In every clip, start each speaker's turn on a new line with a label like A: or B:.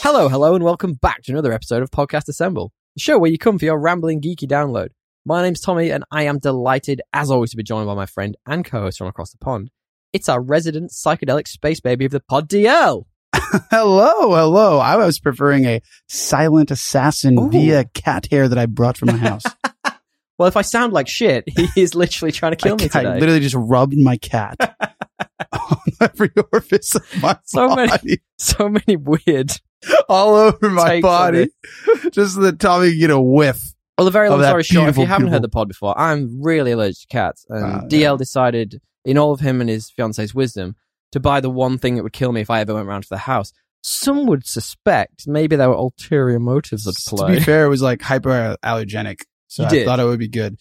A: Hello, hello, and welcome back to another episode of Podcast Assemble, the show where you come for your rambling geeky download. My name's Tommy, and I am delighted, as always, to be joined by my friend and co-host from across the pond. It's our resident psychedelic space baby of the pod, DL.
B: Hello, hello. I was preferring a silent assassin
A: Ooh.
B: via cat hair that I brought from my house.
A: Well, if I sound like shit, he is literally trying to kill
B: I,
A: me
B: I
A: today.
B: literally just rubbed my cat on every orifice of my
A: So many-
B: body,
A: so many weird.
B: all over my
A: takes on
B: body, just so that Tommy can get a whiff.
A: Well, the very
B: Oh,
A: long
B: that
A: story short, if you
B: beautiful,
A: haven't heard
B: beautiful-
A: the pod before, I'm really allergic to cats, and
B: Ah,
A: DL decided, in all of him and his fiance's wisdom, to buy the one thing that would kill me if I ever went round to the house. Some would suspect maybe there were ulterior motives at
B: To
A: play.
B: be fair, it was like hyperallergenic, so
A: You
B: I
A: did.
B: thought it would be good.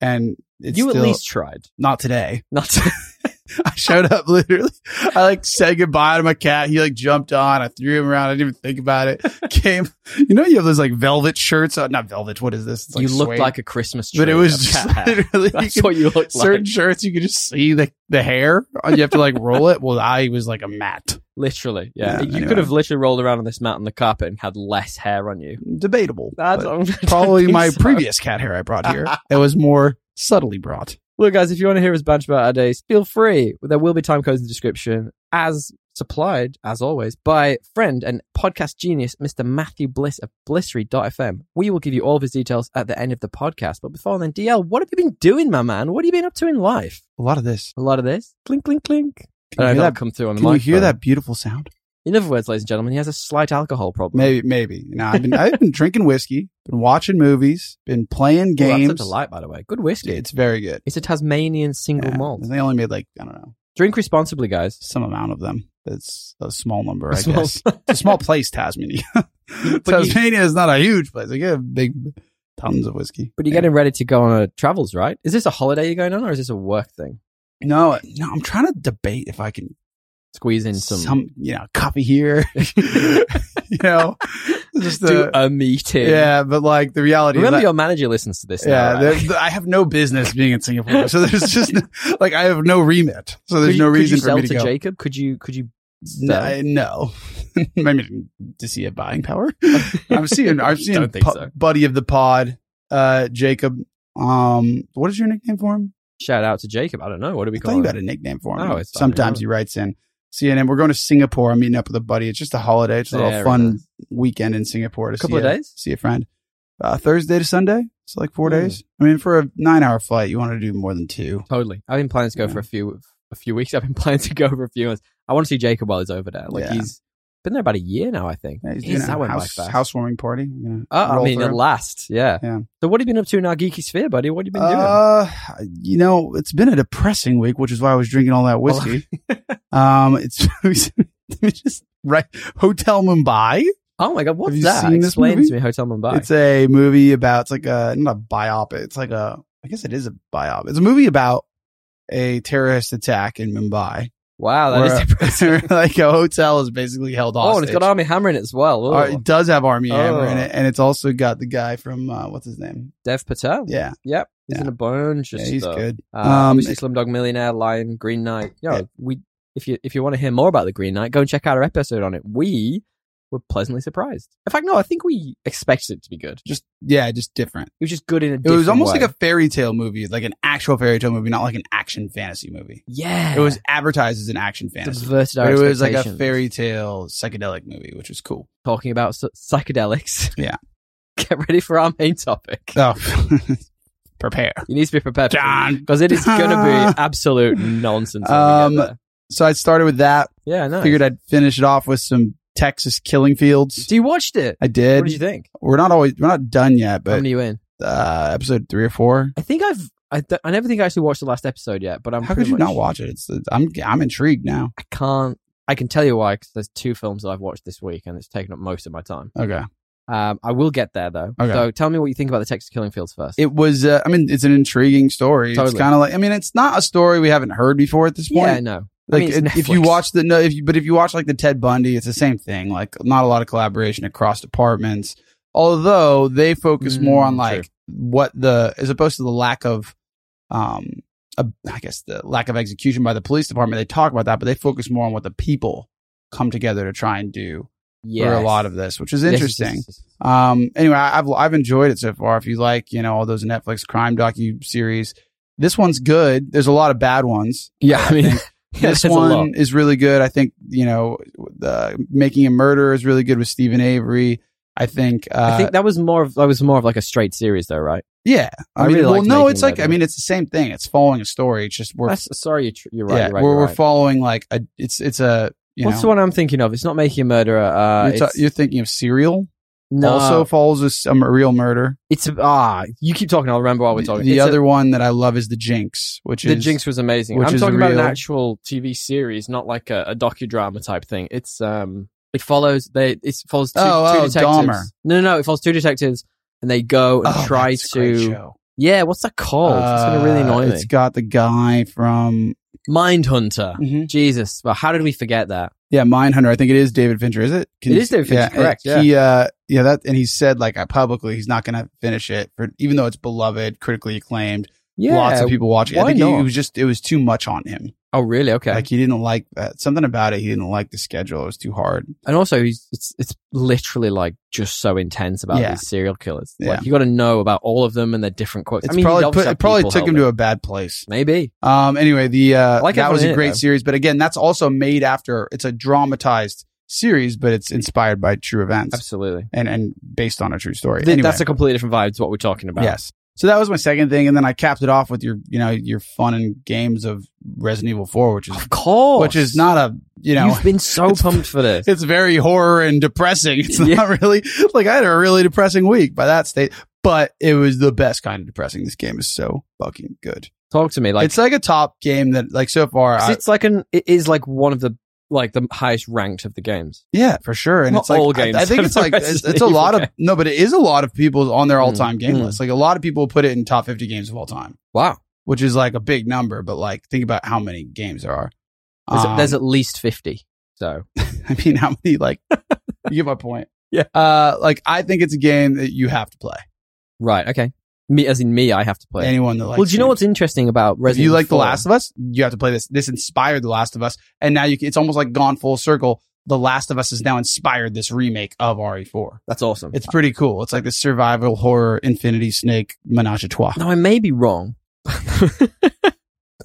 B: And it's
A: you
B: still-
A: at least tried.
B: not today.
A: Not to-
B: I showed up literally. I like said goodbye to my cat. He like jumped on. I threw him around. I didn't even think about it. Came, you know, you have those like velvet shirts. Uh, not velvet. What is this? It's
A: you looked
B: suede.
A: like a Christmas tree.
B: but it was
A: of
B: just
A: cat hair.
B: literally you
A: That's
B: could-
A: what you looked like.
B: certain shirts. You could just see the the hair. Uh, You have to like roll it. Well, I was like a mat.
A: Literally, yeah.
B: Yeah,
A: you
B: anyway.
A: could have literally rolled around on this mat on the carpet and had less hair on you.
B: Debatable.
A: That's
B: but probably my
A: previous.
B: previous cat hair I brought here. it was more subtly brought.
A: Look, guys, if you want to hear us banter about our days, feel free. There will be time codes in the description, as supplied, as always, by friend and podcast genius, Mr. Matthew Bliss of Blissery.fm. We will give you all of his details at the end of the podcast. But before then, DL, what have you been doing, my man? What have you been up to in life?
B: A lot of this.
A: A lot of this. Clink, clink, clink.
B: Can you
A: I don't
B: hear
A: know if
B: that?
A: that'll come through on the
B: Can you hear
A: microphone.
B: that beautiful sound?
A: In other words, ladies and gentlemen, he has a slight alcohol problem.
B: Maybe, maybe. No, I've been I've been drinking whiskey, been watching movies, been playing
A: Well,
B: games.
A: that's a delight, by the way. Good whiskey.
B: it's very good.
A: It's a Tasmanian single
B: Yeah.
A: malt.
B: They only made like I don't know
A: Drink responsibly, guys.
B: some amount of them. That's a small number, I
A: Small-
B: guess. it's a small place, Tasmania.
A: But you-
B: Tasmania is not a huge place. They get big tons of whiskey.
A: But you're getting ready to go on a travels, right? Is this a holiday you're going on, or is this a work thing?
B: no, no. I'm trying to debate if I can
A: Squeeze in some,
B: some, you know coffee here. you know, just
A: do
B: the
A: a meeting.
B: yeah. But like the reality, is
A: Remember,
B: that-
A: your manager listens to this.
B: Yeah,
A: now,
B: there-
A: right?
B: th- I have no business being in Singapore, so there's just no- like I have no remit, so
A: Could
B: there's
A: you-
B: no
A: could
B: reason
A: you
B: for
A: sell
B: me to,
A: to
B: go.
A: Jacob. Could you? Could you?
B: No,
A: sell?
B: I- no. I mean, does he have buying power? I'm seeing, I'm seeing
A: Don't think
B: pu-
A: so.
B: buddy of the pod, uh, Jacob. Um, what is your nickname for him?
A: Shout out to Jacob. I don't know. What do we
B: I
A: call
B: thought you
A: him?
B: had a nickname for him.
A: Oh, it's- I don't
B: Sometimes
A: know.
B: he writes in. So yeah, and we're going to Singapore. I'm meeting up with a buddy. It's just a holiday. It's a
A: Very
B: little fun
A: nice.
B: weekend in Singapore to
A: Couple
B: see
A: of
B: a-
A: days?
B: see a friend. Uh, Thursday to Sunday. It's like four
A: Mm.
B: days. I mean, for a nine hour flight, you want to do more than two.
A: Totally. I've been planning to go
B: Yeah.
A: for a few a few weeks. I've been planning to go for a few months. I want to see Jacob while he's over there. Like
B: Yeah.
A: he's been there about a year now, I think.
B: Yeah, he's doing
A: Jeez, that
B: a
A: went by
B: house,
A: fast.
B: housewarming party. We're gonna
A: Oh, I
B: roll
A: mean, at
B: through.
A: last, yeah.
B: Yeah.
A: So, what have you been up to in our geeky sphere, buddy? What have you been doing?
B: Uh, you know, it's been a depressing week, which is why I was drinking all that whiskey. um, it's let me just right Hotel Mumbai.
A: oh my god, what's
B: you
A: that?
B: seen this
A: Explain
B: movie?
A: to me, Hotel Mumbai.
B: It's a movie about it's like a not a biop. It's like a I guess it is a biop. It's a movie about a terrorist attack in Mumbai.
A: wow, that is
B: where-
A: depressing.
B: like a hotel is basically held
A: Oh, and
B: hostage.
A: it's got Army Hammer in it as well. Ooh.
B: Or it does have Army Hammer in
A: Oh.
B: it, and it's also got the guy from uh, what's his name?
A: Dev Patel.
B: Yeah,
A: Yep. He's
B: Yeah.
A: in a bunch of
B: yeah, he's
A: stuff.
B: good.
A: Uh,
B: Um,
A: obviously, Slumdog Millionaire, Lion, Green Knight. Yeah,
B: Yeah.
A: we. If you if you want to hear more about the Green Knight, go and check out our episode on it. We were pleasantly surprised. In fact, no, I think we expected it to be good.
B: Just yeah, just different.
A: It was just good in a.
B: It was almost like a fairy tale movie, like an actual fairy tale movie, not like an action fantasy movie.
A: yeah.
B: It was advertised as an action fantasy.
A: subverted our
B: But it was like a
A: expectations.
B: fairy tale psychedelic movie, which was cool.
A: talking about s- psychedelics.
B: Yeah.
A: Get ready for our main topic.
B: Oh, prepare,
A: You need to be prepared,
B: John.
A: because it is going to be absolute nonsense. when we get
B: Um,
A: there.
B: So I started with that.
A: yeah, no.
B: Figured I'd finish it off with some Texas Killing Fields.
A: So you watched it.
B: I did.
A: What did you think?
B: we're not always we're not done yet,
A: How
B: but
A: many are you in?
B: uh, episode three or four.
A: I think I've. I, th- I never think I actually watched the last episode yet, but I'm.
B: How could
A: pretty
B: you
A: much-
B: not watch it? It's, I'm I'm intrigued now.
A: I can't. I can tell you why, because there's two films that I've watched this week, and it's taken up most of my time.
B: Okay.
A: Um, I will get there though.
B: Okay.
A: So tell me what you think about the Texas Killing Fields first.
B: It was. Uh, I mean, it's an intriguing story. It's
A: Totally.
B: kind of like. I mean, it's not a story we haven't heard before at this point.
A: yeah, no. I
B: like
A: mean, it's
B: if- if you
A: Netflix.
B: watch the no, if you, but if you watch like the Ted Bundy, it's the same thing. Like not a lot of collaboration across departments. Although they focus
A: Mm,
B: more on
A: true.
B: like what the as opposed to the lack of, um, a, I guess the lack of execution by the police department. They talk about that, but they focus more on what the people come together to try and do
A: yeah,
B: for a lot of this, which is interesting. Um, anyway, I- I've I've enjoyed it so far. If you like, you know, all those Netflix crime docu series, this one's good. There's a lot of bad ones.
A: Yeah, I mean,
B: This
A: that's a lot.
B: one is really good. I think you know, the Making a Murder is really good with Stephen Avery. I think. Uh,
A: I think that was more of that was more of like a straight series, though, right?
B: yeah. I,
A: I
B: mean,
A: really
B: well,
A: liked
B: no,
A: Making
B: it's like
A: Murder.
B: I mean, it's the same thing. It's following a story. It's just we're
A: That's, sorry, you're, tr- you're right.
B: yeah,
A: you're right,
B: we're
A: you're
B: we're
A: right.
B: following like a it's it's a you
A: What's the
B: know
A: one I'm thinking of? It's not Making a Murderer. Uh,
B: you're, ta-
A: it's-
B: you're thinking of Serial.
A: no,
B: Also follows a s- a real murder.
A: it's ah. You keep talking. I'll remember while we're talking.
B: The
A: It's a-
B: other one that I love is the Jinx, which
A: the
B: is
A: Jinx was amazing.
B: which
A: I'm
B: is
A: talking about an
B: real.
A: actual TV series, not like a, a docudrama type thing. It's um, it follows they it follows two
B: Oh,
A: two
B: oh,
A: detectives.
B: Dahmer.
A: No, no, no, it follows two detectives, and they go and
B: Oh,
A: try
B: that's a great
A: to.
B: show.
A: Yeah, what's that called? Oh, it's gonna really
B: Uh,
A: annoy me.
B: It's got the guy from
A: Mindhunter. Jesus, well, how did we forget that?
B: yeah, Mindhunter. I think it is David Fincher. Is it?
A: It is David Fincher,
B: Yeah,
A: correct,
B: and He uh, yeah, that and he said like uh, publicly he's not going to finish it for even though it's beloved, critically acclaimed,
A: Yeah.
B: lots of people watching. I
A: why
B: think he-
A: not?
B: it was just it was too much on him.
A: Oh, really? Okay.
B: Like he didn't like that. Something about it. He didn't like the schedule. It was too hard.
A: and also, he's, it's it's literally like just so intense about
B: Yeah.
A: these serial killers.
B: Yeah.
A: Like you got to know about all of them and their different quirks.
B: It's
A: I mean,
B: probably put, it probably took him to a bad place.
A: maybe.
B: Um. Anyway, the uh,
A: like
B: that
A: everyone
B: was
A: in
B: a
A: it,
B: great
A: though.
B: series, but again, that's also made after. It's a dramatized series, but it's inspired by true events
A: Absolutely.
B: and and based on a true story.
A: Th-
B: Anyway,
A: That's a completely different vibe to what we're talking about.
B: yes. So that was my second thing, and then I capped it off with your you know your fun and games of Resident Evil Four, which is
A: Of course.
B: which is not a you know.
A: You've been so
B: it's-
A: pumped for this.
B: It's very horror and depressing. It's
A: Yeah.
B: not really like I had a really depressing week by that state, but it was the best kind of depressing. This game is so fucking good.
A: Talk to me. Like,
B: it's like a top game that like so far.
A: 'cause
B: I-
A: it's like an, it is like one of the, like the highest ranked of the games.
B: Yeah, for sure. And
A: Not
B: it's like
A: all
B: I-
A: games
B: I, think
A: have
B: it's
A: the
B: like it's,
A: Resident
B: it's a
A: Evil
B: lot of
A: game.
B: no, but it is a lot of people's on their all time game
A: Mm.
B: list. Like a lot of people put it in top fifty games of all time,
A: Wow.
B: which is like a big number. But like think about how many games there are.
A: There's,
B: Um,
A: there's at least 50. So,
B: I mean, how many like you get my point.
A: Yeah.
B: Uh, like I think it's a game that you have to play.
A: right. Okay. Me, as in me, I have to play.
B: Anyone that likes.
A: well, do you know what's interesting about
B: If
A: Resident
B: you like The
A: 4?
B: Last of Us, you have to play this. This inspired The Last of Us, and now you can, it's almost like gone full circle. The Last of Us has now inspired this remake of E RE4.
A: That's awesome.
B: It's pretty cool. It's like the survival horror infinity snake menage a trois.
A: now, I may be wrong.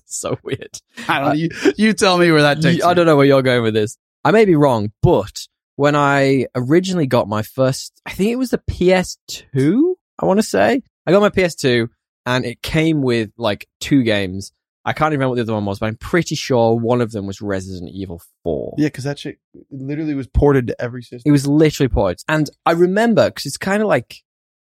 A: so weird.
B: I don't you, you tell me where that takes.
A: You- I
B: you.
A: don't know where you're going with this. I may be wrong, but when I originally got my first, I think it was the PS2, I want to say. I got my PS2 and it came with like two games. I can't even remember what the other one was, but I'm pretty sure one of them was Resident Evil 4.
B: Yeah, because that shit literally was ported to every system.
A: It was literally ported. And I remember because it's kind of like,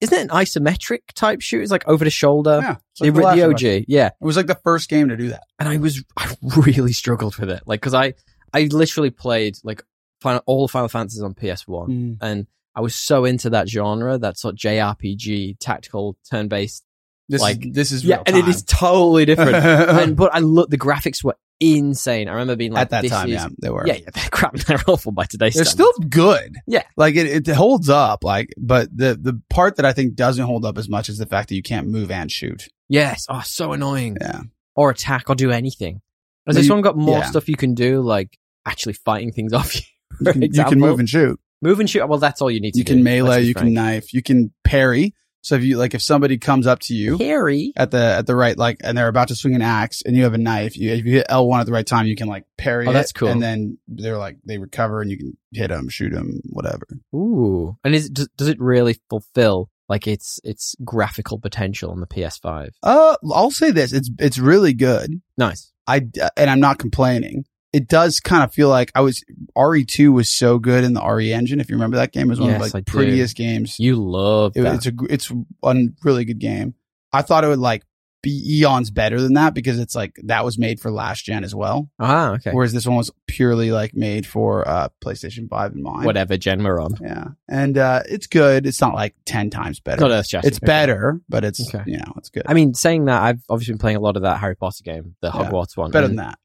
A: isn't it an isometric type shoot? It's like over the shoulder.
B: yeah, it's
A: The,
B: like The Last
A: the
B: of Us.
A: OG, yeah.
B: It was like the first game to do that.
A: and I was I really struggled with it, like because I I literally played like final, all Final Fantasies on PS
B: Hmm.
A: One,
B: Mm.
A: and I was so into that genre, that sort of JRPG, tactical, turn based,
B: This
A: Like-
B: is, this is
A: yeah,
B: real
A: and it
B: time.
A: is totally different. and but I look, the graphics were insane. I remember being like,
B: At that
A: this
B: time,
A: is-
B: yeah, they were.
A: yeah, yeah, they're crap, they're awful by today's
B: they're
A: standards.
B: still good.
A: Yeah.
B: like it, it holds up. Like, but the the part that I think doesn't hold up as much is the fact that you can't move and shoot.
A: yes, oh, so annoying,
B: Yeah,
A: or attack or do anything. Has
B: But
A: this
B: you-
A: one got more
B: yeah.
A: stuff you can do, like actually fighting things off you?
B: you can, you
A: example.
B: can move and shoot.
A: Move and shoot. Well, that's all you need to
B: You
A: do.
B: can
A: let's
B: melee.
A: be
B: You
A: frank.
B: can knife. You can parry. So if you like, if somebody comes up to you,
A: parry.
B: at the at the right like and they're about to swing an axe and you have a knife you if you hit L1 at the right time you can like parry
A: Oh, that's
B: it,
A: cool.
B: and then they're like they recover and you can hit them shoot them whatever
A: Ooh, and is does, does it really fulfill like its its graphical potential on the PS5?
B: uh I'll say this it's it's really good
A: Nice.
B: I and I'm not complaining it does kind of feel like I was RE2 was so good in the RE engine if you remember that game it was one
A: Yes,
B: of like
A: I do.
B: prettiest games
A: You love
B: It-
A: that.
B: it's a gr- it's a really good game I thought it would like be eons better than that because it's like that was made for last gen as well
A: ah, okay.
B: Whereas this one was purely like made for uh PlayStation 5 and mine.
A: Whatever gen we're on.
B: Yeah. And uh it's good. It's not like 10 times better.
A: Not Earth Shattering.
B: it's better, but it's
A: Okay.
B: you know, it's good.
A: I mean, saying that, I've obviously been playing a lot of that Harry Potter game, the
B: Yeah.
A: Hogwarts one.
B: better
A: and
B: than that.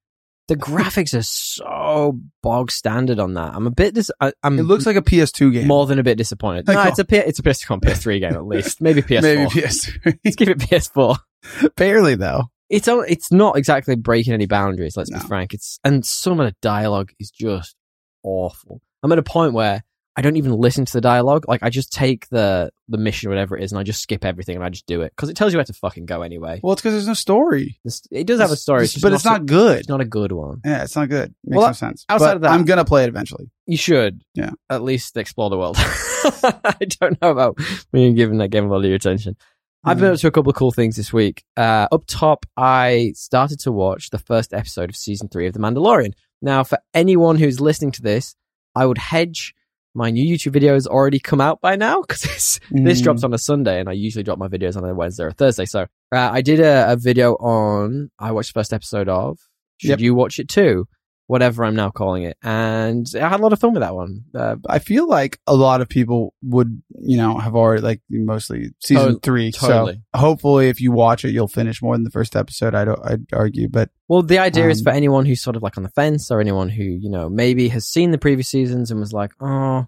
A: The graphics are so bog standard on that. I'm a bit. Dis- I, I'm
B: It looks like a PS2 game.
A: more than a bit disappointed.
B: Like,
A: no,
B: oh.
A: it's a P- it's a PS4, PS3 game at least. Maybe PS4.
B: Maybe PS3.
A: Let's give it PS4.
B: Barely though.
A: It's o- it's not exactly breaking any boundaries. Let's
B: No.
A: be frank. It's and some of the dialogue is just awful. I'm at a point where I don't even listen to the dialogue. Like I just take the the mission, whatever it is, and I just skip everything and I just do it because it tells you where to fucking go anyway.
B: Well, it's because there's no story.
A: This, it does have a story,
B: but it's not
A: A,
B: good.
A: it's not a good one.
B: Yeah, it's not good. Makes
A: Well,
B: no sense.
A: outside
B: But
A: of that-
B: I'm gonna play it eventually.
A: You should,
B: Yeah.
A: at least explore the world. I don't know about when you're giving that game a lot of your attention. I've
B: Hmm.
A: been up to a couple of cool things this week. Uh, up top, I started to watch the first episode of season three of The Mandalorian. Now, for anyone who's listening to this, I would hedge my new YouTube video has already come out by now because it's
B: Mm-hmm. Hmm.
A: this drops on a Sunday, and I usually drop my videos on a Wednesday or Thursday. So uh, I did a, a video on I watched the first episode of Should
B: Yep.
A: You Watch It Too? Whatever I'm now calling it, and I had a lot of fun with that one. Uh,
B: I feel like a lot of people would, you know, have already like mostly season
A: To-
B: three.
A: totally.
B: So hopefully, if you watch it, you'll finish more than the first episode. I'd, I'd argue, but
A: well, the idea is
B: Um,
A: for anyone who's sort of like on the fence, or anyone who you know maybe has seen the previous seasons and was like, oh.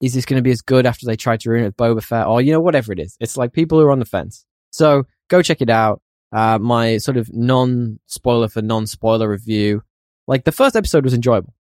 A: Is this going to be as good after they tried to ruin it with Boba Fett, or you know whatever it is? It's like people who are on the fence. So go check it out. Uh, my sort of non spoiler for non spoiler review. Like the first episode was enjoyable.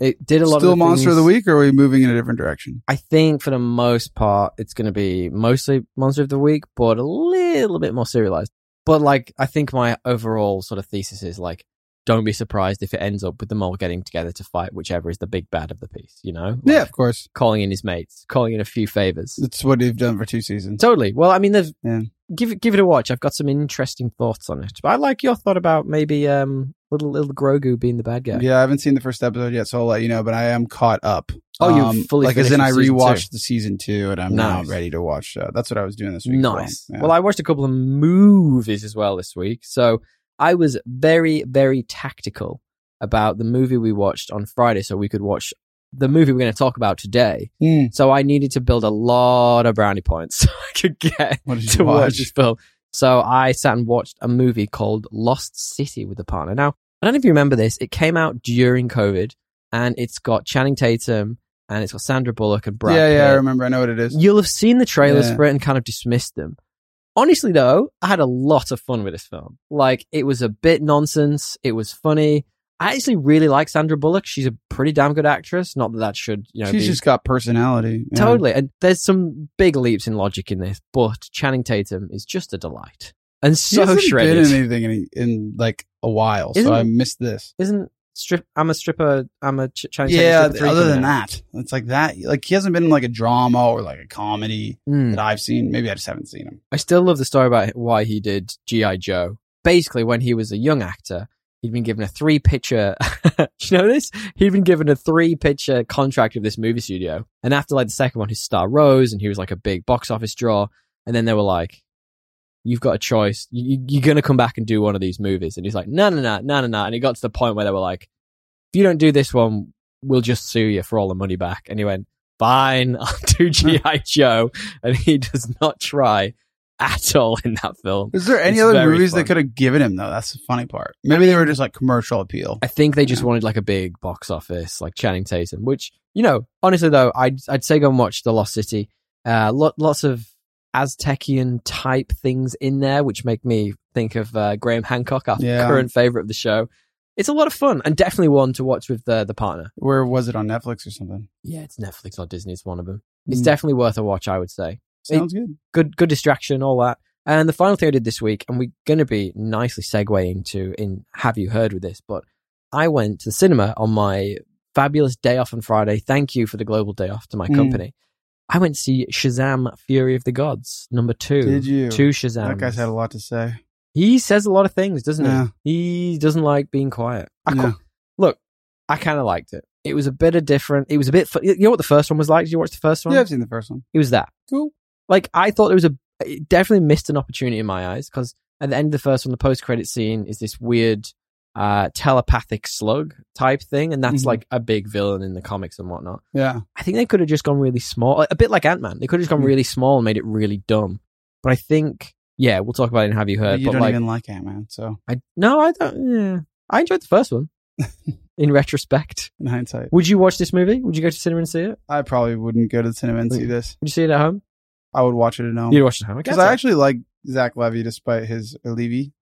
A: It did a lot.
B: still
A: of the
B: monster of the
A: things-
B: week, or are we moving in a different direction?
A: I think for the most part, it's going to be mostly monster of the week, but a little bit more serialized. But like, I think my overall sort of thesis is like, don't be surprised if it ends up with them all getting together to fight whichever is the big bad of the piece. You know, Like,
B: yeah, of course.
A: calling in his mates, calling in a few favors.
B: That's what they've done for two seasons.
A: Totally. Well, I mean, there's
B: Yeah.
A: give it give it a watch. I've got some interesting thoughts on it, but I like your thought about maybe um little little Grogu being the bad guy.
B: Yeah. I haven't seen the first episode yet, so I'll let you know. But I am caught up. Um,
A: Oh, you've fully
B: like as in I
A: finished season
B: rewatched the season two, and I'm
A: Nice.
B: now ready to watch. Uh, that's what I was doing this week.
A: Nice.
B: Well,
A: Well, I watched a couple of movies as well this week, so I was very very tactical about the movie we watched on Friday, so we could watch the movie we're going to talk about today.
B: Hmm.
A: So I needed to build a lot of brownie points so I could get
B: what did
A: to
B: you
A: watch
B: watch?
A: this film. So I sat and watched a movie called Lost City with a partner. Now, I don't know if you remember this. It came out during COVID and it's got Channing Tatum and it's got Sandra Bullock and Brad
B: yeah, yeah, I
A: Pitt.
B: remember. I know what it is.
A: You'll have seen the trailers
B: Yeah.
A: for it and kind of dismissed them. Honestly, though, I had a lot of fun with this film. Like, it was a bit nonsense. It was funny. I actually really like Sandra Bullock. She's a pretty damn good actress. Not that that should, you know,
B: She's
A: be
B: just got personality. yeah.
A: Totally. And there's some big leaps in logic in this, but Channing Tatum is just a delight. And
B: She
A: so
B: hasn't
A: shredded.
B: Been in anything in, in like a while,
A: Isn't-
B: so I missed this.
A: Isn't strip I'm a stripper I'm a ch- Channing Tatum. stripper three
B: Other than
A: coming out?
B: that, it's like that. Like he hasn't been in like a drama or like a comedy
A: Mm.
B: that I've seen. Maybe I just haven't seen him.
A: I still love the story about why he did G.I. Joe. Basically, when he was a young actor, he'd been given a three picture. Do you know this? He'd been given a three picture contract of this movie studio. And after like the second one, his star rose and he was like a big box office draw. And then they were like, you've got a choice. You, you- you're going to come back and do one of these movies. And he's like, no, no, no, no, no, no. And it got to the point where they were like, if you don't do this one, we'll just sue you for all the money back. And he went, fine, I'll do G.I. Joe. And he does not try at all in that film.
B: Is there any
A: It's
B: other
A: very
B: movies
A: fun.
B: they could have given him though? That's the funny part. Maybe they were just like commercial appeal.
A: I think they just wanted like a big box office, like Channing Tatum, which, you know, honestly though, I'd, I'd say go and watch The Lost City. Uh, lot, lots of Aztecian type things in there, which make me think of uh, Graham Hancock, our
B: Yeah.
A: current favorite of the show. It's a lot of fun and definitely one to watch with the, the partner.
B: Where was it on Netflix or something?
A: Yeah, it's Netflix or Disney. It's one of them. It's
B: Mm.
A: definitely worth a watch, I would say.
B: Sounds good.
A: good good distraction, all that. And the final thing I did this week, and we're going to be nicely segueing to in Have You Heard with this, but I went to the cinema on my fabulous day off on Friday. Thank you for the global day off to my
B: Mm.
A: company. I went to see Shazam: Fury of the Gods number two.
B: Did you?
A: Two Shazam.
B: That guy's had a lot to say.
A: He says a lot of things, doesn't
B: Yeah.
A: he? He doesn't like being quiet. I
B: Yeah.
A: qu- look, I kind of liked it. It was a bit of different. It was a bit. Fu- you know what the first one was like? Did you watch the first one?
B: Yeah, I've seen the first one.
A: It was that.
B: Cool.
A: Like I thought there was a it definitely missed an opportunity in my eyes because at the end of the first one, the post credit scene is this weird uh, telepathic slug type thing, and that's
B: Mhm.
A: like a big villain in the comics and whatnot.
B: Yeah.
A: I think they could have just gone really small, like, a bit like Ant Man. They could have just gone
B: Mm.
A: really small and made it really dumb. But I think, yeah, we'll talk about it in Have You Heard.
B: you
A: but
B: don't
A: like,
B: even like Ant Man, so
A: I no, I don't. Yeah, I enjoyed the first one. in retrospect,
B: in hindsight.
A: would you watch this movie? Would you go to cinema and see it?
B: I probably wouldn't go to the cinema and see this.
A: Would you see it at home?
B: I would watch it at home.
A: You'd watch it at home.
B: Because Um, I actually like Zach Levy despite his or Levy,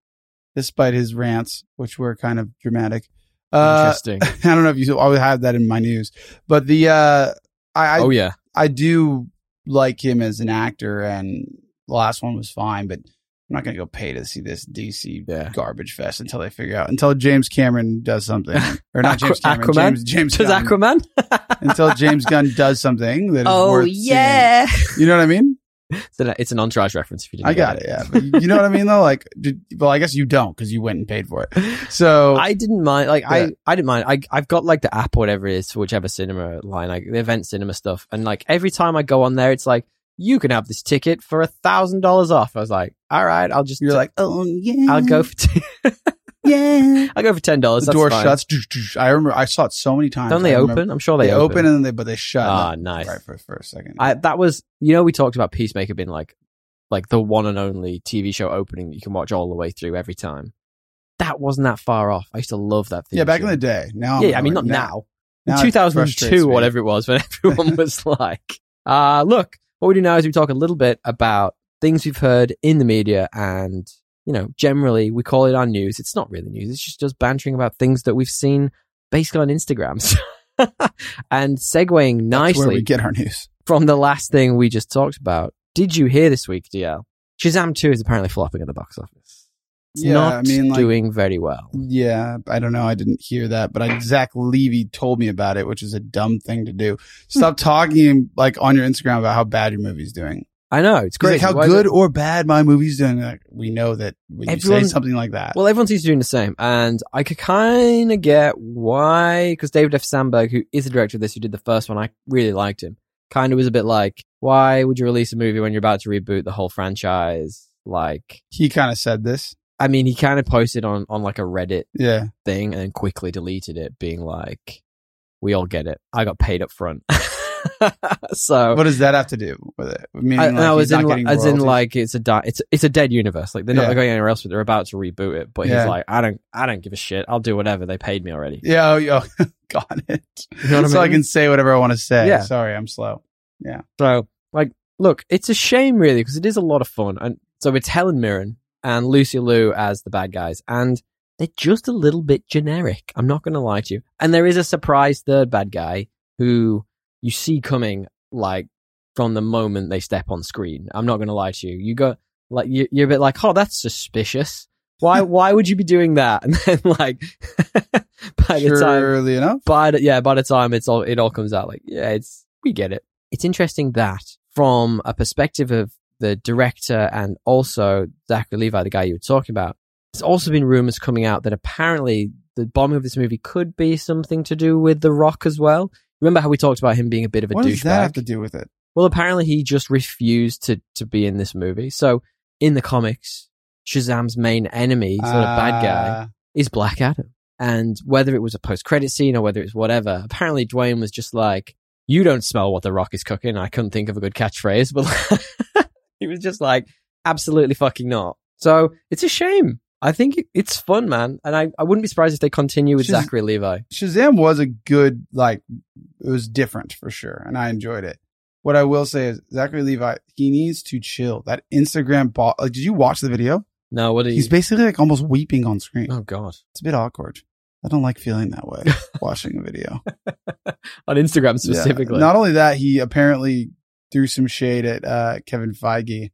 B: despite his rants, which were kind of dramatic. Uh,
A: interesting.
B: I don't know if you always had that in my news, but the uh, I, I
A: oh yeah,
B: I do like him as an actor, and the last one was fine, but I'm not going to go pay to see this DC
A: Yeah.
B: garbage fest until they figure out until James Cameron does something, or not
A: Aqua-
B: James Cameron,
A: Aquaman?
B: James James
A: does
B: Gunn,
A: Aquaman?
B: until James Gunn does something that is
C: Oh
B: worth
C: yeah.
B: seeing. you know what I mean?
A: It's an- it's an entourage reference. If you didn't
B: I
A: get
B: got it, yeah. But you you know what I mean though? Like, did, well, I guess you don't because you went and paid for it. So
A: I didn't mind. Like
B: Yeah.
A: I, I didn't mind. I, I've got like the app, or whatever it is, for whichever cinema line, like the event cinema stuff. And like every time I go on there, it's like you can have this ticket for a thousand dollars off. I was like, all right, I'll just.
B: you're like, oh yeah,
A: I'll go for t-
B: yeah.
A: I'll go for ten dollars.
B: The door shuts. I remember I saw it so many times.
A: Don't
B: I
A: they
B: remember-
A: open? I'm sure
B: They,
A: they,
B: open. and then they but they shut.
A: Ah,
B: like,
A: nice.
B: Right for, for a second.
A: I that was you know we talked about Peacemaker being like like the one and only TV show opening that you can watch all the way through every time. That wasn't that far off. I used to love that thing.
B: yeah, back in the day. Now,
A: yeah, I mean not
B: like,
A: now.
B: now it
A: in 2002
B: frustrates me.
A: whatever it was when everyone was like uh look what we do now is we talk a little bit about things we've heard in the media and you know generally we call it our news it's not really news it's just us bantering about things that we've seen basically on instagram So- and segueing
B: That's where we
A: nicely
B: get our news.
A: from the last thing we just talked about did you hear this week dl shazam 2 is apparently flopping at the box office it's
B: Yeah,
A: not
B: I mean, like-
A: doing very well
B: Yeah, I don't know. I didn't hear that, but I, Zach Levy told me about it, which is a dumb thing to do. Stop
A: Hmm.
B: talking like on your Instagram about how bad your movie's doing.
A: i know it's
B: It's
A: great
B: like how good or bad my movie's doing. Like, we know that when you say
A: Everyone-
B: something like that.
A: Well, everyone seems to be doing the same, and I could kind of get why, because David F. Sandberg, who is the director of this, who did the first one, I really liked him. Kind of was a bit like, why would you release a movie when you're about to reboot the whole franchise? Like,
B: he kind of said this.
A: I mean, he kind of posted on on like a Reddit
B: Yeah,
A: thing and then quickly deleted it, being like, we all get it. I got paid up front, so.
B: what does that have to do with it? Meaning,
A: Oh. I, no,
B: he's
A: as in,
B: not
A: like,
B: getting
A: as in,
B: royalties?
A: like it's a di- it's it's a dead universe. Like they're not
B: Yeah.
A: going anywhere else, but they're about to reboot it. But
B: Yeah.
A: he's like, I don't, I don't give a shit. I'll do whatever. They paid me already.
B: yeah, oh, yeah, got it.
A: You know what I
B: so I
A: mean?
B: can say whatever I want to say.
A: Yeah.
B: Sorry, I'm slow.
A: So, like, look, it's a shame, really, because it is a lot of fun. And so it's Helen Mirren and Lucy Liu as the bad guys, and they're just a little bit generic. I'm not going to lie to you. And there is a surprise third bad guy who you see coming, like, from the moment they step on screen. I'm not going to lie to you. You go, like, you, you're a bit like, oh, that's suspicious. Why, why would you be doing that? And then, like, by the time
B: Surely enough.
A: by the, yeah, by the time it's all it all comes out, like yeah, it's we get it. It's interesting that from a perspective of the director and also Zachary Levi, the guy you were talking about, there's also been rumors coming out that apparently the bombing of this movie could be something to do with The Rock as well. Remember how we talked about him being a bit of a
B: What does that have
A: douchebag?
B: to do with it?
A: well, apparently he just refused to to be in this movie. So in the comics, Shazam's main enemy, he's not a bad guy
B: Uh,
A: is Black Adam. And whether it was a post credit scene or whether it's whatever, apparently Dwayne was just like, You don't smell what The Rock is cooking. I couldn't think of a good catchphrase, but he was just like, Absolutely fucking not. So it's a shame. I think it- it's fun, man. And I, I wouldn't be surprised if they continue with
B: She's-
A: Zachary Levi.
B: Shazam was a good, like, it was different for sure, and I enjoyed it. What I will say is Zachary Levi, he needs to chill. That Instagram bot, like, did you watch the video?
A: No, what do you.
B: He's basically like almost weeping on screen.
A: oh, God.
B: It's a bit awkward. I don't like feeling that way watching a video.
A: On Instagram
B: Yeah.
A: specifically.
B: Not only that, he apparently threw some shade at uh, Kevin Feige.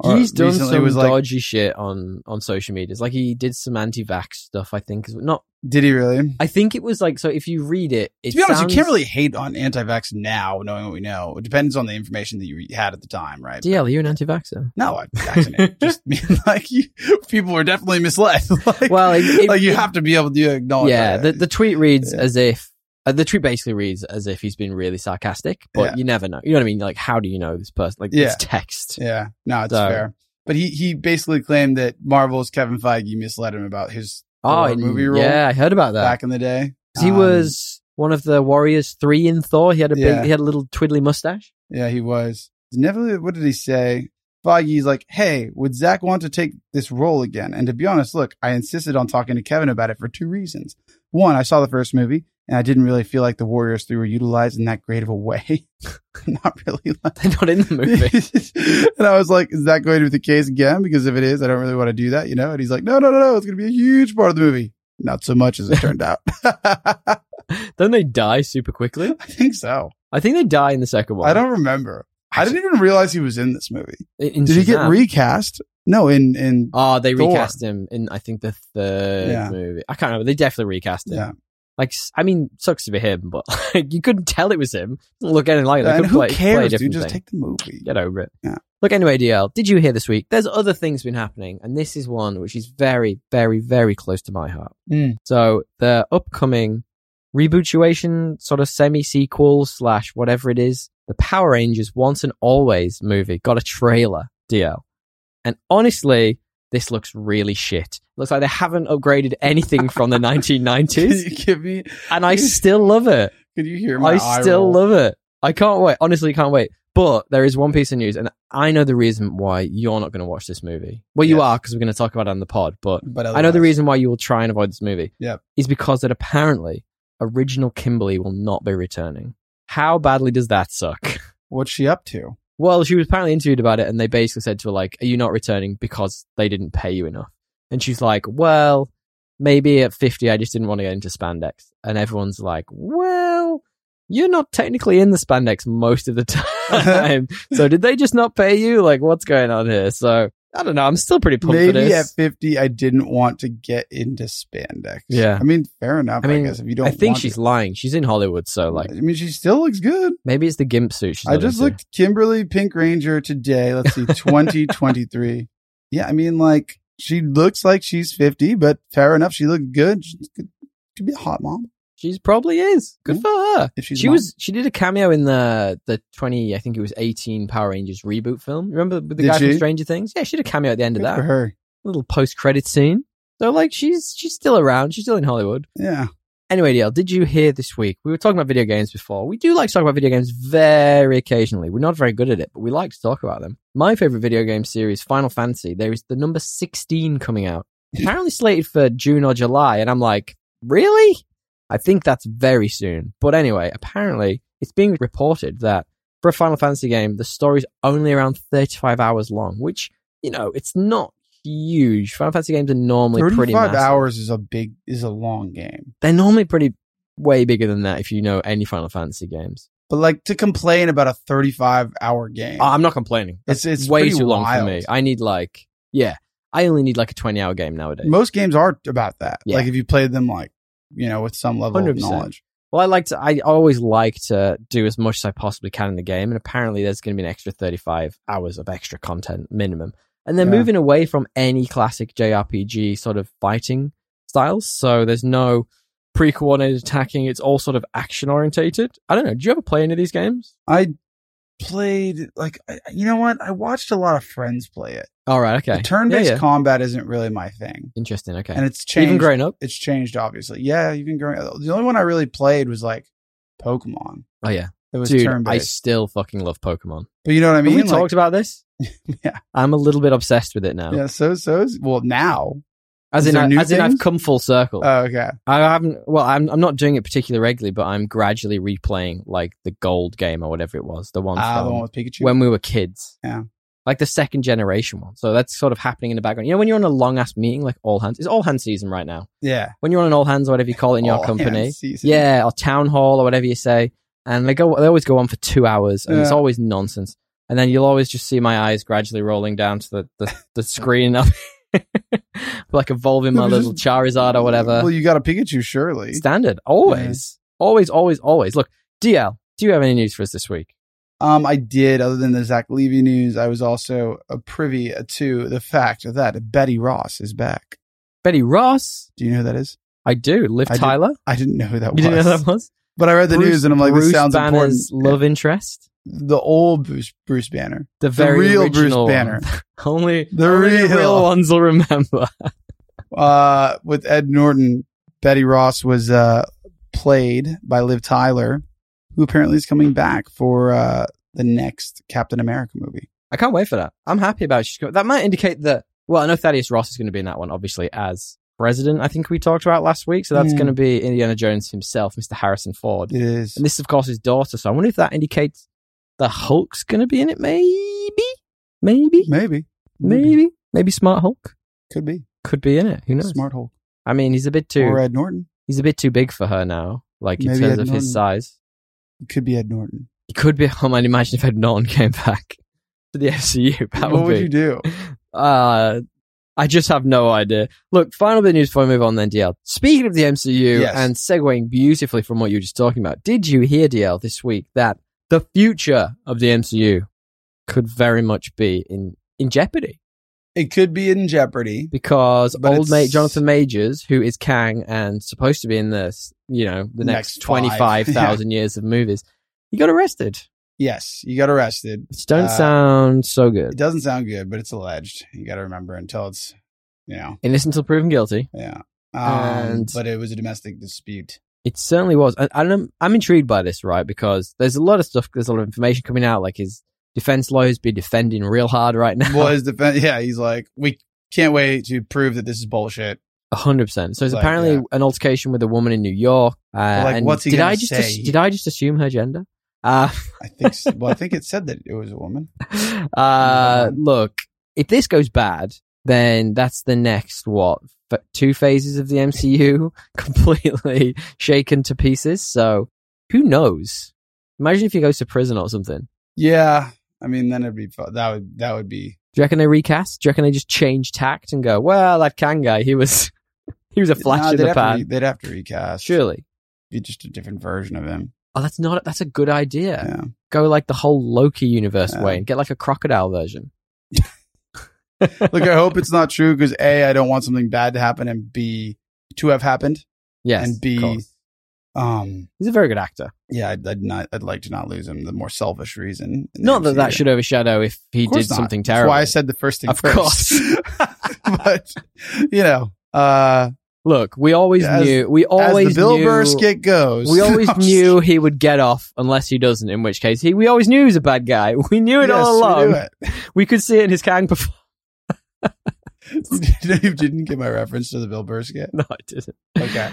B: Or
A: He's done
B: uh, recently
A: some
B: was like,
A: dodgy shit on, on social medias. Like he did some anti-vax stuff. I think is not.
B: Did he really?
A: I think it was like so. If you read it, it
B: to be honest,
A: sounds-
B: you can't really hate on anti-vax now, knowing what we know. It depends on the information that you had at the time, right?
A: DL, you're an anti-vaxer.
B: No, I'm vaccinated. Just mean like you, people were definitely misled. like,
A: Well, it- it-
B: like you
A: it-
B: have to be able to acknowledge.
A: yeah, the,
B: that.
A: the tweet reads
B: Oh, Yeah.
A: as if uh, the tweet basically reads as if he's been really sarcastic, but
B: Yeah.
A: you never know. You know what I mean? Like, how do you know this person? Like,
B: Yeah.
A: it's text.
B: yeah, no, it's
A: So-
B: fair. But he he basically claimed that Marvel's Kevin Feige misled him about his
A: Oh,
B: Thor
A: and-
B: movie role
A: yeah, I heard about that.
B: back in the day.
A: 'Cause he
B: Um,
A: was one of the Warriors Three in Thor. He had a
B: Yeah.
A: big, he had a little twiddly mustache.
B: Yeah, he was. Never. What did he say? Feige's like, hey, would Zach want to take this role again? And to be honest, look, I insisted on talking to Kevin about it for two reasons. One, I saw the first movie and I didn't really feel like the Warriors three were utilized in that great of a way. Not really. Like-
A: They're not in the movie.
B: and I was like, is that going to be the case again? Because if it is, I don't really want to do that, you know? And he's like, no, no, no, no. It's going to be a huge part of the movie. Not so much as it turned out. I
A: Don't they die super quickly?
B: think so.
A: I think they die in the second one.
B: I don't remember. I didn't even realize he was in this movie.
A: In
B: Did he get
A: Shazam.
B: recast? No, in in
A: Oh, they
B: Thor.
A: recast him in I think the third
B: Yeah.
A: movie. I can't remember. They definitely recast him.
B: yeah.
A: Like s- I mean, sucks to be him, but like, you couldn't tell it was him. Doesn't look anything like that.
B: and
A: Could
B: who
A: play, play a
B: cares,
A: different
B: dude? Just
A: thing.
B: take the movie.
A: Get over it.
B: Yeah.
A: Look, anyway, DL, did you hear this week? There's other things been happening, and this is one which is very, very, very close to my heart.
B: Mm.
A: So the upcoming rebootuation, sort of semi sequel slash whatever it is, the Power Rangers Once and Always movie got a trailer, DL, and honestly. This looks really shit. Looks like they haven't upgraded anything from the
B: Can
A: 1990s,
B: you give me?
A: and I still love it.
B: Can you hear
A: I
B: my? eye
A: still
B: roll?
A: love it. I can't wait. Honestly, can't wait. But there is one piece of news, and I know the reason why you're not going to watch this movie. Well, you
B: Yes.
A: are because we're going to talk about it on the pod. But
B: But
A: I know the
B: otherwise-
A: reason why you will try and avoid this movie.
B: Yep.
A: is because that apparently original Kimberly will not be returning. How badly does that suck?
B: What's she up to?
A: Well, she was apparently interviewed about it, and they basically said to her, like, "Are you not returning because they didn't pay you enough?" And she's like, "Well, maybe at fifty, I just didn't want to get into spandex." And everyone's like, "Well, you're not technically in the spandex most of the time, so did they just not pay you? Like, what's going on here?" So I don't know. I'm still pretty pumped for
B: Maybe at
A: this.
B: fifty, I didn't want to get into spandex.
A: Yeah.
B: I mean, fair enough.
A: I
B: I,
A: mean,
B: guess if you don't,
A: I think
B: want
A: she's
B: to-
A: lying. She's in Hollywood, so like
B: I mean, she still looks good.
A: maybe it's the gimp suit. She's
B: I
A: not
B: just
A: into.
B: looked Kimberly Pink Ranger today. Let's see, 2023. yeah, I mean, like, she looks like she's 50, but fair enough. She looked good. She could, could be a hot mom
A: She's probably is good
B: Yeah.
A: for her.
B: if she's a
A: she
B: mom.
A: was she did a cameo in the the 20 i think it was 18 power rangers reboot film remember with the
B: Did
A: guy from
B: she?
A: stranger things yeah she did a cameo at the end
B: good
A: of
B: for
A: that
B: her.
A: little post-credit scene so like she's she's still around she's still in hollywood
B: Yeah.
A: anyway dl did you hear this week we were talking about video games before we do like to talk about video games very occasionally we're not very good at it but we like to talk about them my favorite video game series final fantasy there is the number 16 coming out apparently slated for june or july and i'm like really I think that's very soon. But anyway, apparently it's being reported that for a Final Fantasy game, the story's only around 35 hours long, which, you know, it's not huge. Final Fantasy games are normally pretty
B: 35
A: massive.
B: hours is a big, is a long game.
A: They're normally pretty way bigger than that if you know any Final Fantasy games.
B: But like to complain about a 35 hour game,
A: Oh, I'm not complaining. That's
B: it's, it's
A: way
B: pretty
A: too long
B: wild.
A: for me. I need like, yeah, I only need like a 20 hour game nowadays.
B: Most games are about that.
A: Yeah.
B: Like if you played them, like, you know, with some level of
A: 100%.
B: knowledge.
A: Well, I like to. I always like to do as much as I possibly can in the game, and apparently there's going to be an extra 35 hours of extra content minimum. And they're
B: Yeah.
A: moving away from any classic JRPG sort of fighting styles, so there's no pre-coordinated attacking. It's all sort of action orientated. I don't know. Do you ever play any of these games?
B: I played, like, I- you know what? I watched a lot of friends play it.
A: All right. Okay.
B: The turn-based
A: Yeah, yeah.
B: combat isn't really my thing,
A: Interesting. Okay.
B: and it's changed.
A: Even growing up.
B: it's changed, obviously. Yeah, even growing. The only one I really played was like Pokemon.
A: Oh yeah,
B: It was
A: dude. I
B: turn-based,
A: still fucking love Pokemon.
B: but you know what I
A: Have
B: mean.
A: we
B: Like,
A: talked about this?
B: Yeah.
A: I'm a little bit obsessed with it now.
B: yeah, so so's well now.
A: As
B: Is
A: in,
B: there
A: I,
B: new
A: as in, I've
B: things?
A: come full circle.
B: Oh, okay.
A: I haven't. Well, I'm I'm not doing it particularly regularly, but I'm gradually replaying like the gold game or whatever it was, the one
B: Ah, the
A: from
B: one with Pikachu.
A: when we were kids.
B: Yeah.
A: Like the second generation one. So that's sort of happening in the background. You know, when you're on a long ass meeting, like all hands, it's all hands season right now.
B: yeah, Oh,
A: When you're on an all hands or whatever you call it in your
B: All
A: company,
B: hands season.
A: yeah, or town hall or whatever you say, and they go, they always go on for two hours, and it's
B: Yeah.
A: always nonsense. And then you'll always just see my eyes gradually rolling down to the the, the screen, like evolving my
B: It was
A: little
B: just-
A: Charizard or whatever.
B: Well, you got a Pikachu, surely.
A: Standard. Always. Always, always, always. Look, DL, do you have any news for us this week?
B: Um, I did. Other than the Zach Levy news, I was also a privy to the fact that Betty Ross is back.
A: Betty Ross.
B: Do you know who that is?
A: I do. Liv
B: I do.
A: Tyler.
B: I didn't know who that
A: You
B: was.
A: didn't know that was?
B: But I read the
A: Bruce-
B: news and I'm like,
A: Bruce
B: this sounds
A: Banner's
B: important.
A: love interest.
B: the old Bruce, Bruce Banner,
A: The very
B: real Bruce
A: original
B: Banner.
A: one. only
B: The
A: only
B: real-
A: real ones will remember.
B: uh, with Ed Norton. Betty Ross was uh, played by Liv Tyler, who apparently is coming back for uh, the next Captain America movie.
A: I can't wait for that. I'm happy about it. She's go- that might indicate that. Well, I know Thaddeus Ross is going to be in that one, obviously, as president. I think we talked about last week. So that's
B: Mm.
A: going to be Indiana Jones himself, Mr. Harrison Ford.
B: It is.
A: And this, is, of course, his daughter. So I wonder if that indicates the Hulk's going to be in it. Maybe, maybe,
B: Maybe.
A: maybe, maybe Smart Hulk
B: Could be.
A: could be in it. Who knows?
B: Smart Hulk.
A: I mean, he's a bit
B: Or
A: too
B: Ed Norton.
A: he's a bit too big for her now. Like in
B: Maybe
A: terms
B: Ed
A: of
B: Norton.
A: his size.
B: It could be Ed Norton.
A: It could be. I might imagine if Ed Norton came back to the FCU. That
B: what
A: would
B: would
A: be.
B: you do?
A: Uh, I just have no idea. Look, final bit of news before we move on then, DL. Speaking of the MCU
B: Yes.
A: and segueing beautifully from what you were just talking about, did you hear, DL, this week that the future of the MCU could very much be in, in jeopardy?
B: It could be in jeopardy.
A: Because
B: But
A: old mate
B: it's-
A: Jonathan Majors, who is Kang and supposed to be in this, you know, the next,
B: Next five.
A: 25,000 years of movies, he got arrested.
B: Yes, you got arrested.
A: Which don't
B: Uh,
A: sound so
B: It
A: good.
B: doesn't sound good, but it's alleged. You got to remember until it's, you know,
A: Innocent until proven guilty.
B: yeah. Um,
A: And-
B: but it was a domestic dispute.
A: It certainly was. And and I'm, I'm intrigued by this, right? Because there's a lot of stuff, there's a lot of information coming out. Like his defense lawyers be defending real hard right now.
B: Well, his defense, yeah, he's like, we can't wait to prove that this is bullshit.
A: A 100%. So it's
B: Like,
A: apparently
B: yeah.
A: an altercation with a woman in New York. Uh,
B: like,
A: and
B: what's he
A: did
B: gonna
A: I just
B: say?
A: ass- Did I just assume her gender? Uh,
B: I think. s- well, I think it said that it was a woman.
A: uh,
B: Mm-hmm.
A: look, if this goes bad, then that's the next, what, f- two phases of the MCU completely shaken to pieces. So who knows? Imagine if he goes to prison or something.
B: Yeah, I mean, then it'd be fu- that would that would be
A: Do you reckon they recast? Do you reckon they just change tact and go, well, that Kang guy, he was, he was a flash
B: Nah,
A: in
B: they'd
A: the
B: have to
A: pan.
B: re- they'd have to recast.
A: Surely.
B: be just a different version of him.
A: Oh, that's not, that's a good idea.
B: Yeah.
A: Go like the whole Loki universe
B: Yeah.
A: way and get like a crocodile version.
B: Look, I hope it's not true because a, I don't want something bad to happen, and b, to have happened,
A: Yes.
B: and
A: of
B: b,
A: course.
B: um,
A: he's a very good actor.
B: yeah, I'd, I'd not, I'd like to not lose him. The more selfish reason, in the
A: Not that that
B: MCU.
A: should overshadow if he
B: Of course
A: did
B: not.
A: something
B: That's
A: terrible.
B: why I said the first thing
A: Of
B: first.
A: course.
B: but you know, uh,
A: Look, we always
B: As-
A: knew, we always
B: as the Bill
A: knew,
B: Burr skit goes,
A: we always
B: I'm just-
A: knew he would get off unless he doesn't, in which case he, we always knew he was a bad guy. We knew it
B: Yes,
A: all
B: we
A: along.
B: knew
A: We,
B: it.
A: could see it in his Kang performance.
B: You didn't- you didn't get my reference to the Bill Burr skit.
A: No, it didn't.
B: Okay.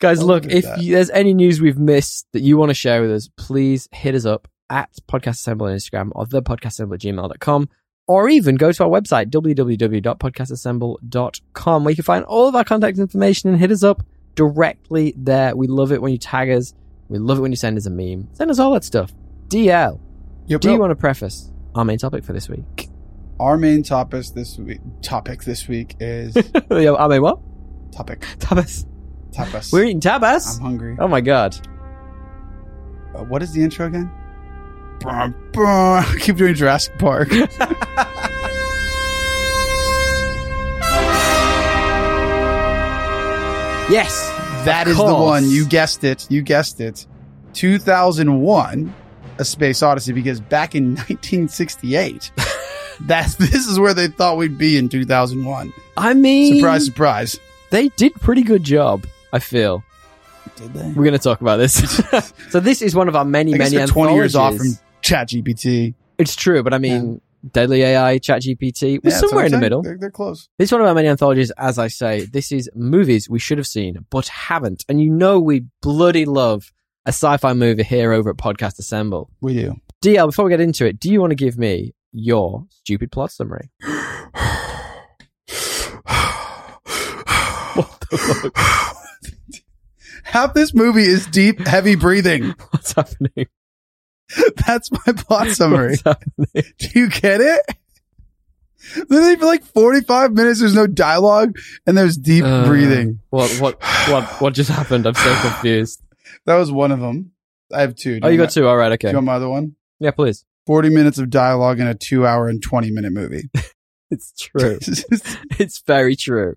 A: Guys,
B: I'll
A: look,
B: look at
A: if
B: that.
A: you, there's any news we've missed that you want to share with us, please hit us up at Podcast Assemble on Instagram or thepodcastassemble at gmail.com or even go to our website, www.podcastassemble.com, where you can find all of our contact information and hit us up directly there. We love it when you tag us. We love it when you send us a meme. Send us all that stuff. DL,
B: Yep,
A: do you
B: yep.
A: want to preface our main topic for this week?
B: Our main topic this week topic this week is
A: Yeah, I mean, what?
B: topic
A: Tapas.
B: tapas.
A: We're eating
B: I'm
A: tapas?
B: hungry.
A: Oh my God.
B: Uh, what is the intro again? Brum, brum. I keep doing Jurassic Park.
A: Yes.
B: That
A: Of
B: is the
A: course.
B: one. You guessed it. You guessed it. 2001, A Space Odyssey, because back in 1968, that's this is where they thought we'd be in 2001.
A: I mean,
B: Surprise, surprise.
A: they did pretty good job. I feel
B: Did they?
A: we're going to talk about this. so this is one of our many,
B: I guess
A: many
B: they're 20 years off from
A: anthologies.
B: ChatGPT.
A: It's true, but I mean, Deadly AI, ChatGPT,
B: Yeah,
A: we're
B: that's what
A: somewhere in
B: I'm
A: the
B: saying.
A: middle.
B: They're, they're close.
A: This is one of our many anthologies, as I say. This is movies we should have seen but haven't, and you know we bloody love a sci-fi movie here over at Podcast Assemble.
B: We do.
A: DL, before we get into it, do you want to give me your stupid plot summary? What the fuck?
B: Half this movie is deep, heavy breathing.
A: What's happening?
B: That's my plot summary.
A: What's happening?
B: Do you get it? Literally for like 45 minutes, there's no dialogue and there's deep
A: Uh.
B: breathing.
A: What, what, what, what just happened? I'm so confused.
B: That was one of them. I have two. Do
A: Oh, you
B: want
A: got two. All right.
B: my- Do
A: Okay.
B: you want my other one?
A: Yeah, please.
B: 40 minutes of dialogue in a two hour and 20 minute movie.
A: It's true. it's very true.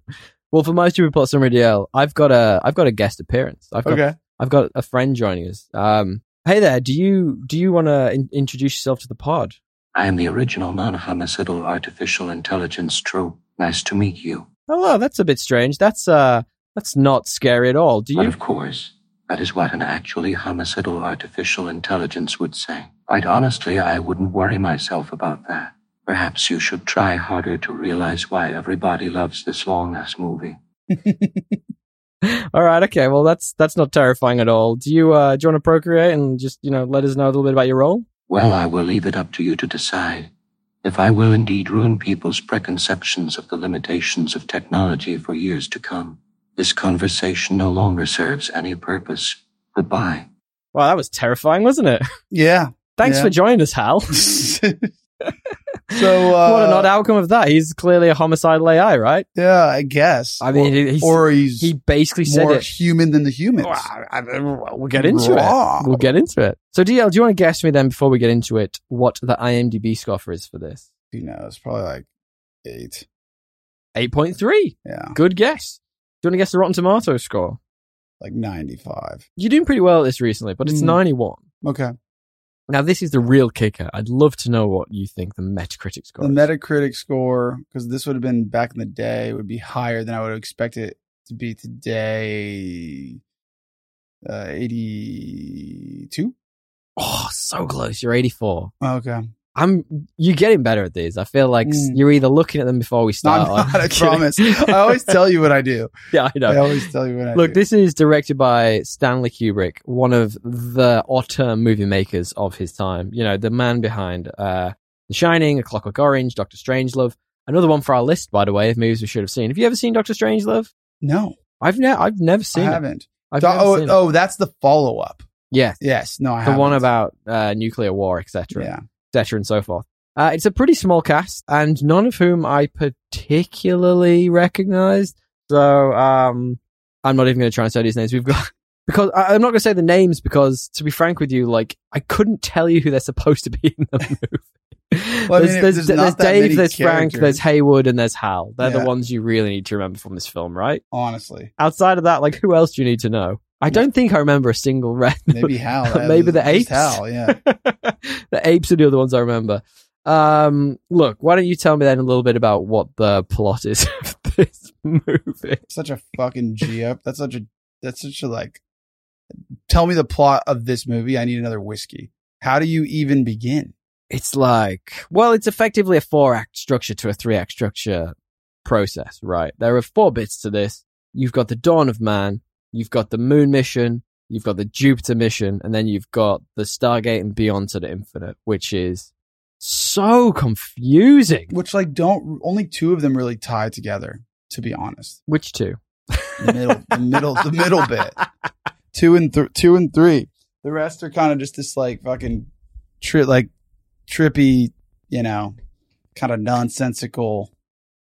A: Well, for my stupid plot summary, DL, I've got a, I've got a guest appearance. I've got,
B: okay.
A: I've got a friend joining us. Um, hey there. Do you, do you want to in- introduce yourself to the pod?
C: I am the original non homicidal artificial intelligence trope. Nice to meet you.
A: Hello. That's a bit strange. That's, uh, that's not scary at all. Do
C: But
A: you?
C: of course, that is what an actually homicidal artificial intelligence would say. Quite honestly, I wouldn't worry myself about that. Perhaps you should try harder to realize why everybody loves this long ass movie.
A: All right. Okay. Well, that's, that's not terrifying at all. Do you, uh, do you want to procreate and just, you know, let us know a little bit about your role?
C: Well, I will leave it up to you to decide. If I will indeed ruin people's preconceptions of the limitations of technology for years to come, this conversation no longer serves any purpose. Goodbye.
A: Wow, that was terrifying, wasn't it?
B: Yeah.
A: Thanks
B: Yeah.
A: for joining us, Hal.
B: so uh,
A: what an odd outcome of that. He's clearly a homicidal AI, right?
B: Yeah, I guess.
A: I mean,
B: or,
A: he- he's-
B: or he's
A: He basically said
B: more
A: it.
B: human than the humans.
A: Well, I- I- we'll get into
B: Raw.
A: it. We'll get into it. So, DL, do you want to guess me then before we get into it what the IMDb score is for this?
B: You know, it's probably like eight.
A: 8.3.
B: Yeah,
A: Good guess. Do you want to guess the Rotten Tomato score?
B: like ninety-five.
A: You're doing pretty well at this recently, but it's
B: Hmm.
A: 91.
B: Okay.
A: Now, this is the real kicker. I'd love to know what you think the Metacritic score
B: The
A: is.
B: Metacritic score, because this would have been back in the day, would be higher than I would expect it to be today. Uh, Eighty-two.
A: oh, so close. You're 84.
B: Okay.
A: I'm. You're getting better at these. I feel like s-
B: Hmm.
A: you're either looking at them before we
B: No,
A: start.
B: I'm
A: or-
B: not, I
A: kidding.
B: promise. I always tell you what I do.
A: yeah, I know.
B: I always tell you what I
A: Look,
B: do.
A: this is directed by Stanley Kubrick, one of the auteur movie makers of his time. You know, the man behind uh, The Shining, A Clockwork Orange, Doctor Strangelove. Another one for our list, by the way, of movies we should have seen. Have you ever seen Doctor Strangelove?
B: no,
A: I've never, I've never
B: I
A: seen it.
B: haven't.
A: I've
B: Do-
A: never
B: oh,
A: seen it.
B: oh, that's the follow-up.
A: Yeah,
B: Yes. No, I
A: the
B: haven't.
A: one about uh, nuclear war, etc.
B: yeah.
A: etc. and so forth. Uh, it's a pretty small cast, and none of whom I particularly recognized. So um, I'm not even going to try and say these names. We've got because I, I'm not going to say the names because, to be frank with you, like I couldn't tell you who they're supposed to be in the movie.
B: Well, I
A: there's there's,
B: mean, there's
A: there's
B: not that
A: Dave,
B: many
A: there's Frank,
B: characters.
A: there's Haywood, and there's Hal. They're
B: Yeah.
A: the ones you really need to remember from this film, right?
B: Honestly,
A: Outside of that, like who else do you need to know? I don't think I remember a single red
B: maybe Hal. that
A: Maybe
B: was
A: the
B: just
A: apes?
B: Hal. Yeah.
A: the apes are the other ones I remember. Um, look, why don't you tell me then a little bit about what the plot is of this movie?
B: such a fucking G up. That's such a that's such a like tell me the plot of this movie. I need another whiskey. How do you even begin?
A: It's like, well, it's effectively a four act structure to a three act structure process, right? There are four bits to this. You've got the Dawn of Man, you've got the Moon mission, you've got the Jupiter mission, and then you've got the Stargate and Beyond to the Infinite, which is so confusing.
B: Which like don't only two of them really tie together, to be honest.
A: Which two?
B: The middle the middle the middle bit. Two and th- two and three. The rest are kind of just this like fucking tri- like trippy, you know, kind of nonsensical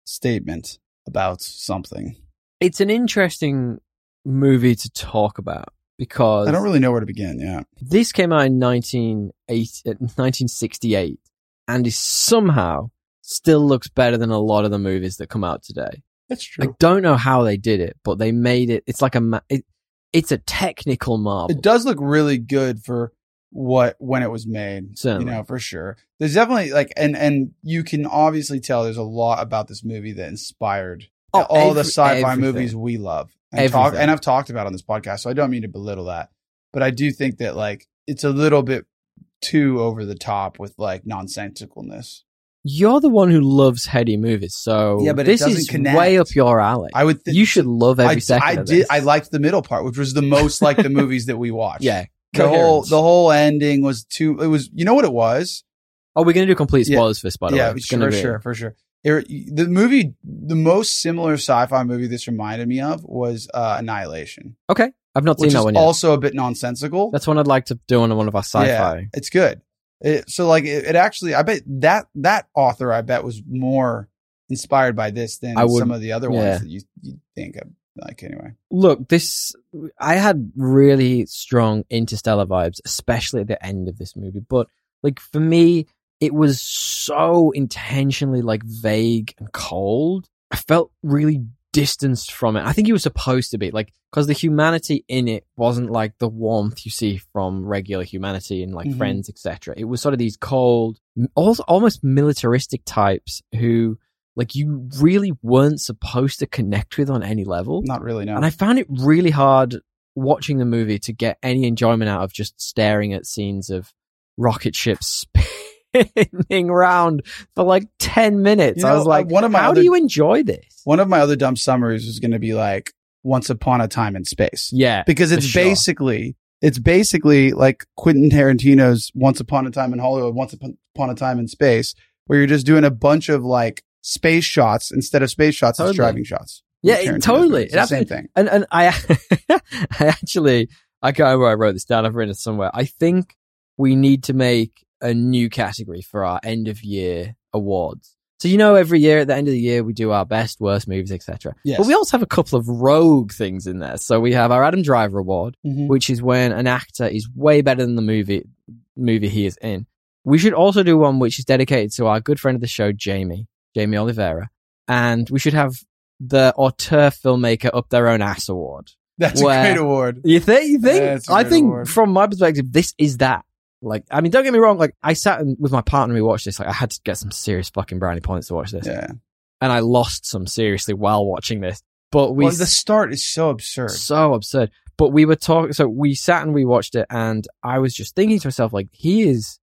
B: statement about something.
A: it's an interesting movie to talk about because
B: I don't really know where to begin, yeah.
A: this came out in 1980 uh, 1968 and is somehow still looks better than a lot of the movies that come out today.
B: That's
A: I don't know how they did it, but they made it. It's like a ma- it, it's a technical marvel.
B: It does look really good for what when it was made.
A: Certainly.
B: You know, for sure. There's definitely like and and you can obviously tell there's a lot about this movie that inspired
A: Oh,
B: all the
A: every-
B: sci-fi
A: everything.
B: movies we love. And talk
A: Everything.
B: and I've talked about on this podcast, so I don't mean to belittle that. But I do think that like it's a little bit too over the top with like nonsensicalness.
A: You're the one who loves heady movies, so
B: Yeah, but it
A: this
B: doesn't
A: is
B: connect.
A: way up your alley.
B: I would think
A: you should love every
B: I,
A: second.
B: I
A: of
B: did
A: this.
B: I liked the middle part, which was the most like the movies that we watched.
A: Yeah.
B: The whole
A: Coherence.
B: the whole ending was too it was you know what it was?
A: Oh, we're gonna do complete
B: Yeah.
A: spoilers for this, by the
B: yeah,
A: way. It's
B: sure,
A: gonna be-
B: sure, for sure. It- the movie, the most similar sci-fi movie this reminded me of was uh, Annihilation,
A: Okay, I've not
B: which
A: seen
B: is
A: that one yet.
B: also a bit nonsensical.
A: That's one I'd like to do on one of our sci-fi.
B: it's good. It, so like it, it actually, I bet that that author, I bet was more inspired by this than
A: I would-
B: some of the other ones
A: yeah.
B: that you, you think of. Like anyway,
A: Look, this I had really strong interstellar vibes, especially at the end of this movie. But like for me, it was so intentionally like vague and cold. I felt really distanced from it. I think it was supposed to be like because the humanity in it wasn't like the warmth you see from regular humanity and like
B: Mhm.
A: friends, etc. It was sort of these cold, also almost militaristic types who like you really weren't supposed to connect with on any level.
B: not really. No,
A: And I found it really hard watching the movie to get any enjoyment out of just staring at scenes of rocket ships spinning round for like 10 minutes.
B: You know,
A: I was
B: uh,
A: like,
B: one of my
A: how
B: other-
A: do you enjoy this?
B: one of my other dumb summaries was going to be like Once Upon a Time in Space.
A: Yeah.
B: because it's
A: For sure.
B: basically it's basically like Quentin Tarantino's Once Upon a Time in Hollywood, Once Upon Upon a Time in Space, where you're just doing a bunch of like space shots instead of space shots,
A: Totally.
B: it's driving shots.
A: Yeah,
B: Tarantino's
A: it- totally.
B: movies. It's the
A: It
B: same thing.
A: And, and I, I actually, I can't remember where I wrote this down. I've written it somewhere. I think we need to make a new category for our end of year awards. So you know, every year at the end of the year, we do our best, worst movies, etc.
B: Yes.
A: But we also have a couple of rogue things in there. So we have our Adam Driver award,
B: Mhm.
A: which is when an actor is way better than the movie movie he is in. We should also do one which is dedicated to our good friend of the show, Jamie, Jamie Oliveira, and we should have the auteur filmmaker up their own ass award.
B: That's
A: Wow.
B: a great award.
A: You think? You think?
B: Yeah, it's a
A: I
B: good
A: think
B: award.
A: from my perspective, this is that. Like, I mean, don't get me wrong. Like, I sat and, with my partner, and we watched this. Like, I had to get some serious fucking brownie points to watch this,
B: Yeah.
A: and I lost some seriously while watching this. But we
B: Well, the start is so absurd.
A: so absurd. But we were talking, so we sat and we watched it, and I was just thinking to myself, like, he is,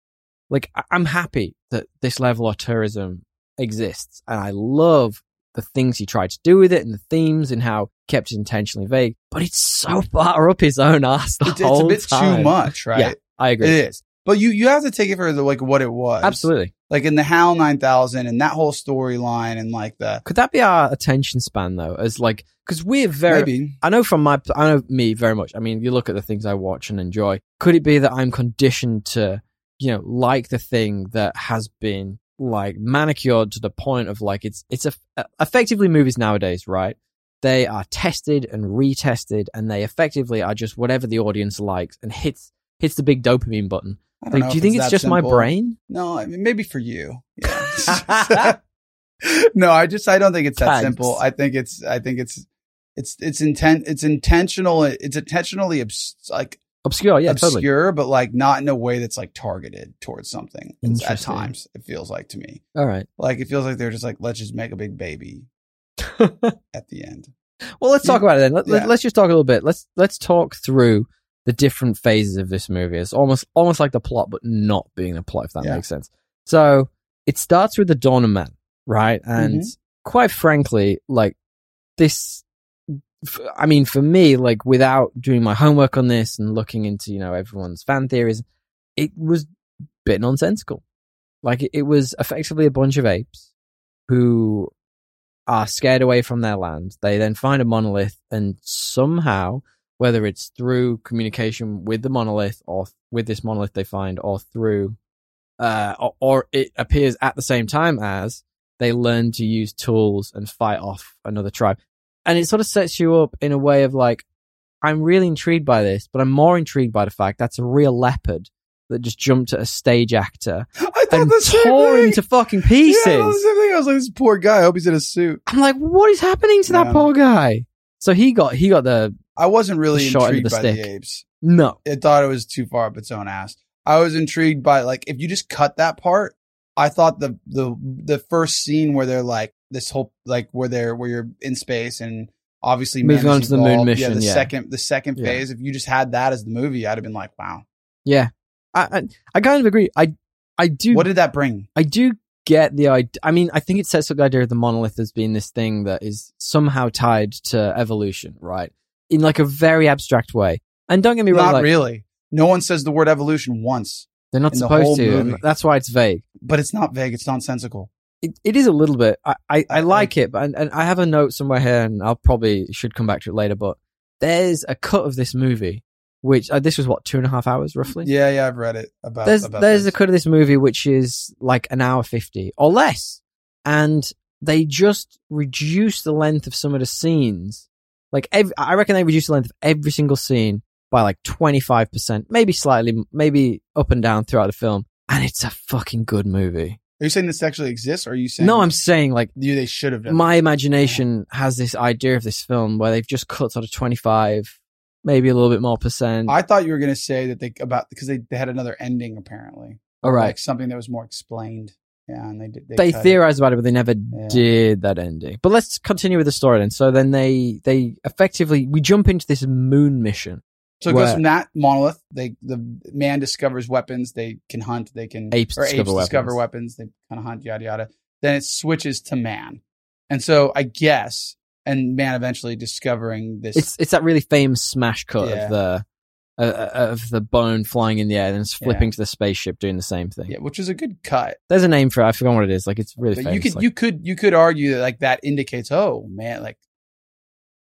A: like, I- I'm happy that this level of tourism exists, and I love the things he tried to do with it and the themes and how he kept it intentionally vague. But it's so far up his own ass the
B: It's, it's a
A: whole
B: bit too
A: time.
B: much, right?
A: Yeah, I
B: it
A: agree,
B: is. But you you have to take it for the, like what it was.
A: absolutely.
B: Like in the HAL 9000 and that whole storyline and like the
A: Could that be our attention span though? As like, because we're very,
B: maybe
A: I know from my, I know me very much. I mean, you look at the things I watch and enjoy. Could it be that I'm conditioned to, you know, like the thing that has been like manicured to the point of like it's it's a, effectively movies nowadays, right? They are tested and retested, and they effectively are just whatever the audience likes and hits hits the big dopamine button.
B: I don't
A: Like,
B: know
A: do
B: if
A: you think
B: it's
A: it's
B: that
A: just my
B: simple.
A: brain?
B: No, I mean, maybe for you. Yeah. no, I just I don't think it's that
A: Thanks.
B: simple. I think it's I think it's it's it's intent it's intentional it's intentionally obs- like
A: Obscure, yeah, totally.
B: obscure but like not in a way that's like targeted towards something It's- at
A: Interesting.
B: times it feels like to me.
A: All right.
B: Like it feels like they're just like let's just make a big baby at the end.
A: Well, let's talk about it then. Let,
B: Yeah.
A: let, let's just talk a little bit. Let's let's talk through the different phases of this movie. It's almost almost like the plot, but not being a plot, if that
B: Yeah.
A: makes sense. So it starts with the Dawn of Man, right? And quite frankly, like this. f- I mean, for me, like without doing my homework on this and looking into you know everyone's fan theories, it was a bit nonsensical. Like it, it was effectively a bunch of apes who are scared away from their land. They then find a monolith and somehow, whether it's through communication with the monolith or th- with this monolith they find or through, uh, or, or it appears at the same time as they learn to use tools and fight off another tribe. And it sort of sets you up in a way of like, I'm really intrigued by this, but I'm more intrigued by the fact that's a real leopard that just jumped at a stage actor
B: I thought
A: and
B: the same
A: tore
B: thing.
A: him to fucking
B: Yeah,
A: pieces.
B: I thought the same thing. I was like this poor guy. I hope he's in a suit.
A: I'm like, what is happening to that
B: Yeah.
A: poor guy? So he got he got the
B: I wasn't really
A: The short end of
B: intrigued
A: the
B: by
A: stick.
B: the apes.
A: no.
B: It thought it was too far up its own ass. I was intrigued by like if you just cut that part. I thought the the the first scene where they're like this whole like where they're where you're in space and obviously man
A: Moving on
B: is
A: to the moon
B: involved.
A: mission,
B: Yeah, the
A: yeah.
B: second the second
A: Yeah.
B: phase. If you just had that as the movie, I'd have been like, wow,
A: I, I I kind of agree. I I do
B: what did that bring?
A: I do get the idea. I mean, I think it sets up the idea of the monolith as being this thing that is somehow tied to evolution, right? In like a very abstract way. And don't get me wrong,
B: Not
A: like,
B: really. No one says the word evolution once,
A: they're not
B: in the
A: supposed
B: whole
A: to.
B: movie.
A: And that's why it's vague.
B: but it's not vague. It's nonsensical.
A: it, it is a little bit. I, I, I
B: I-
A: like it, but and, and I have a note somewhere here, and I'll probably should come back to it later. But there's a cut of this movie, which uh, this was what two and a half hours roughly.
B: Yeah, yeah, I've read it about.
A: there's
B: about
A: there's
B: this.
A: a cut of this movie which is like an hour fifty or less, and they just reduce the length of some of the scenes. Like ev- I reckon they reduce the length of every single scene by like twenty five percent, maybe slightly, maybe up and down throughout the film. And it's a fucking good movie.
B: Are you saying this actually exists? Or are you saying
A: No, I'm saying like
B: You they should have done.
A: my imagination has this idea of this film where they've just cut sort of 25 maybe a little bit more percent
B: I thought you were going to say that they about because they, they had another ending apparently,
A: all right
B: like something that was more explained. Yeah, and they did.
A: they
B: cut it.
A: theorized about it but they never
B: Yeah.
A: did that ending but let's continue with the story then so then they they effectively we jump into this moon mission
B: So it goes
A: Where-
B: from that monolith. They the man discovers weapons. They can hunt. They can
A: Apes
B: or
A: discover
B: apes discover weapons. They kind of hunt yada yada. Then it switches to man, and so I guess and man eventually discovering this.
A: it's it's that really famous smash cut
B: Yeah.
A: of the uh, uh, of the bone flying in the air and it's flipping to the spaceship doing the same thing
B: yeah, which is a good cut.
A: there's a name for it i forgot what it is like it's really
B: But
A: famous
B: you could
A: like-
B: you could you could argue that like that indicates oh man like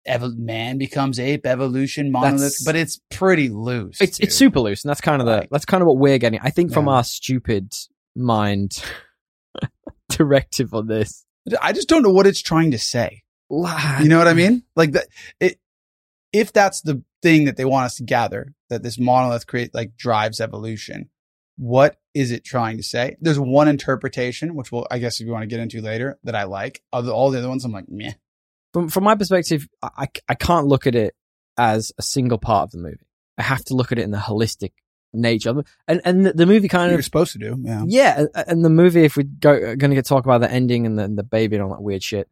B: ev- man becomes ape, evolution, monolith,
A: That's-
B: but it's pretty loose.
A: It's it's
B: dude.
A: super loose, and that's kind of the
B: Like-
A: that's kind of what we're getting. I think from
B: Yeah.
A: our stupid mind directive on this.
B: I just don't know what it's trying to say.
A: La-
B: You know what I mean? Like that. It if that's the thing that they want us to gather that this monolith create like drives evolution. What is it trying to say? There's one interpretation, which we'll, I guess, if you want to get into later, that I like. Other, all the other ones, I'm like, meh.
A: from from my perspective, I, I I can't look at it as a single part of the movie. I have to look at it in the holistic nature, of it. and and the, the movie kind
B: You're
A: of
B: supposed to do, yeah.
A: yeah, a- and the movie if we go going to talk about the ending and the, the baby and all that weird shit,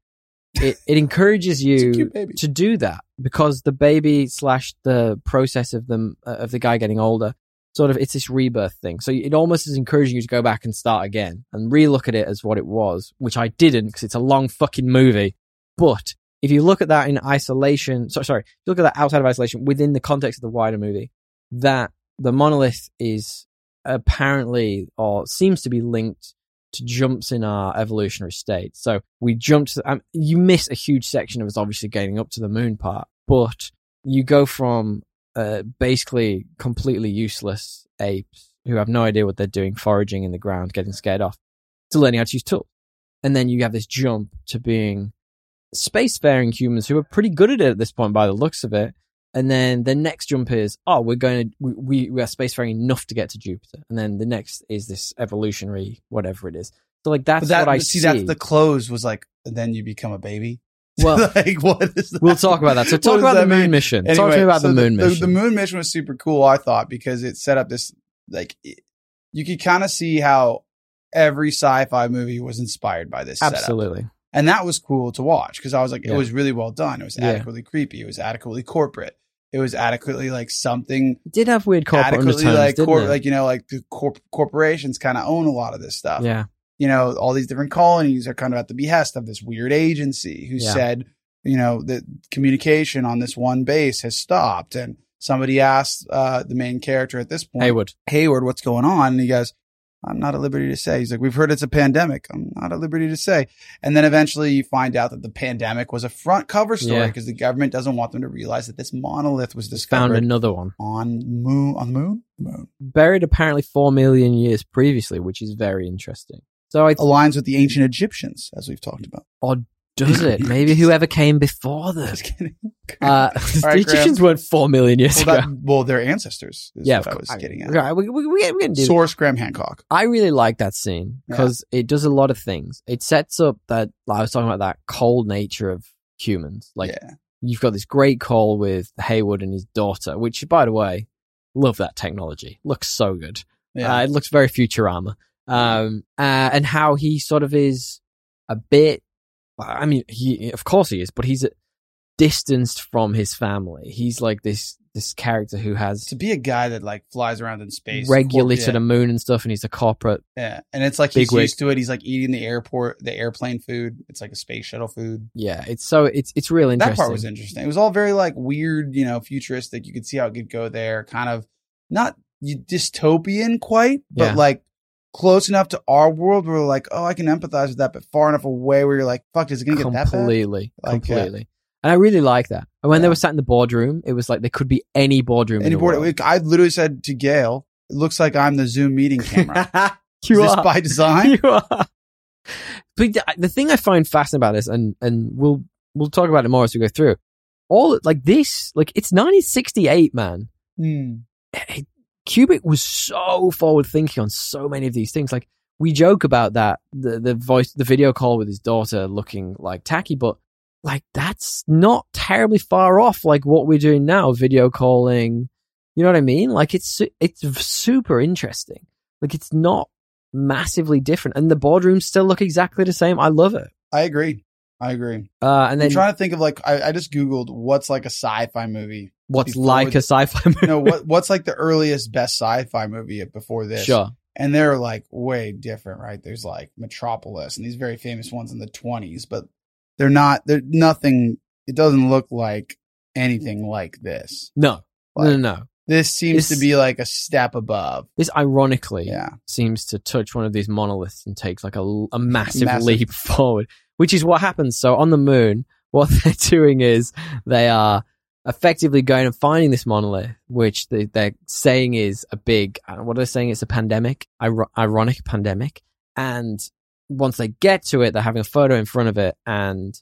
A: it it encourages
B: It's a
A: you
B: cute baby.
A: to do that because the baby slash the process of them uh, of the guy getting older sort of it's this rebirth thing so it almost is encouraging you to go back and start again and relook at it as what it was which i didn't because it's a long fucking movie but if you look at that in isolation so, sorry if you look at that outside of isolation within the context of the wider movie that the monolith is apparently or seems to be linked to jumps in our evolutionary state. So we jumped. Um, you miss a huge section of us obviously getting up to the moon part, but you go from uh, basically completely useless apes who have no idea what they're doing, foraging in the ground, getting scared off, to learning how to use tools. And then you have this jump to being spacefaring humans who are pretty good at it at this point by the looks of it. And then the next jump is, oh, we're going to, we, we, we are spacefaring enough to get to Jupiter. And then the next is this evolutionary, whatever it is. So, like, that's
B: But that,
A: what I
B: see,
A: see.
B: that's the close was like, then you become a baby.
A: well,
B: like, what is that?
A: we'll talk about that. So,
B: What
A: talk
B: does
A: about the
B: that
A: moon
B: mean?
A: mission. talk
B: Anyway,
A: to me about
B: so
A: the moon
B: the,
A: mission.
B: The, moon mission was super cool, I thought, because it set up this like it- you could kind of see how every sci-fi movie was inspired by this setup.
A: Absolutely.
B: And that was cool to watch because I was like,
A: Yeah.
B: it was really well done. It was
A: Yeah.
B: adequately creepy. It was adequately corporate. It was adequately like something
A: It did have weird corporate
B: adequately
A: undertones,
B: like
A: didn't
B: cor-
A: it?
B: like uh, you know like the corp- corporations kind of own a lot of this stuff
A: yeah,
B: you know, all these different colonies are kind of at the behest of this weird agency who
A: Yeah.
B: said, you know, that communication on this one base has stopped. And somebody asked uh, the main character at this point,
A: Hayward.
B: Hayward, what's going on? And he goes, I'm not at liberty to say. He's like, we've heard it's a pandemic. I'm not at liberty to say. And then eventually you find out that the pandemic was a front cover story
A: Yeah.
B: because the government doesn't want them to realize that this monolith was
A: Found
B: discovered
A: another one
B: on moon on the moon moon
A: buried apparently four million years previously, which is very interesting. So I
B: aligns with the ancient Egyptians as we've talked about.
A: does it. Maybe whoever came before them.
B: Just kidding.
A: Uh,
B: right,
A: the Egyptians weren't four million years
B: well,
A: ago.
B: that, well, their ancestors. Is
A: yeah,
B: what
A: of
B: I
A: course.
B: was getting at.
A: Right, we, we, we, we can do that.
B: Source Graham Hancock.
A: I really like that scene because it does a lot of things. It sets up that like I was talking about that cold nature of humans. Like uh,
B: yeah,
A: you've got this great call with Hayward and his daughter, which by the way, love that technology. Looks so good.
B: yeah.
A: Uh, it looks very Futurama. Um, uh, and how he sort of is a bit, I mean, he, of course he is, but he's distanced from his family. He's like this, this character who has
B: to be a guy that like flies around in space
A: regularly to
B: yeah,
A: the moon and stuff. And he's a corporate.
B: yeah, and it's like he's
A: Bigwig.
B: used to it. He's like eating the airport, the airplane food. It's like a space shuttle food.
A: Yeah. It's so, it's, it's real interesting.
B: That part was interesting. It was all very like weird, you know, futuristic. You could see how it could go there. Kind of not y- dystopian quite, but
A: Yeah.
B: like close enough to our world where we're like, oh, I can empathize with that, but far enough away where you're like, fuck, is it gonna get that bad?
A: completely,
B: Like, yeah.
A: completely. And I really like that. And when they
B: Yeah.
A: were sat in the boardroom, it was like they could be any boardroom.
B: Any
A: in the
B: board,
A: world.
B: I literally said to Gail, "It looks like I'm the Zoom meeting camera." Is
A: you
B: this
A: are.
B: by design?
A: you are. But the- the thing I find fascinating about this, and and we'll we'll talk about it more as we go through. All like this, like it's 1968, man.
B: Hmm.
A: Kubrick was so forward thinking on so many of these things. Like we joke about that, the the voice, the video call with his daughter looking like tacky, but like that's not terribly far off like what we're doing now, video calling. You know what I mean? Like it's su- it's super interesting. Like it's not massively different, and the boardrooms still look exactly the same. I love it.
B: I agree. I agree.
A: Uh, and
B: I'm
A: then
B: trying to think of like I, I just googled what's like a sci-fi movie.
A: what's
B: before
A: like a
B: the-
A: sci-fi movie?
B: No, what what's like the earliest best sci-fi movie before this?
A: Sure.
B: And they're like way different, right? There's like Metropolis and these very famous ones in the 20s, but they're not. They're nothing. It doesn't look like anything like this.
A: No.
B: Like,
A: no, no, no.
B: This seems
A: This-
B: to be like a step above.
A: This ironically
B: Yeah.
A: seems to touch one of these monoliths and takes like a, a massive,
B: Massive.
A: leap forward, which is what happens. So on the moon, what they're doing is they are effectively going and finding this monolith, which they, they're saying is a big, uh, what are they saying? It's a pandemic, ir- ironic pandemic. And once they get to it, they're having a photo in front of it and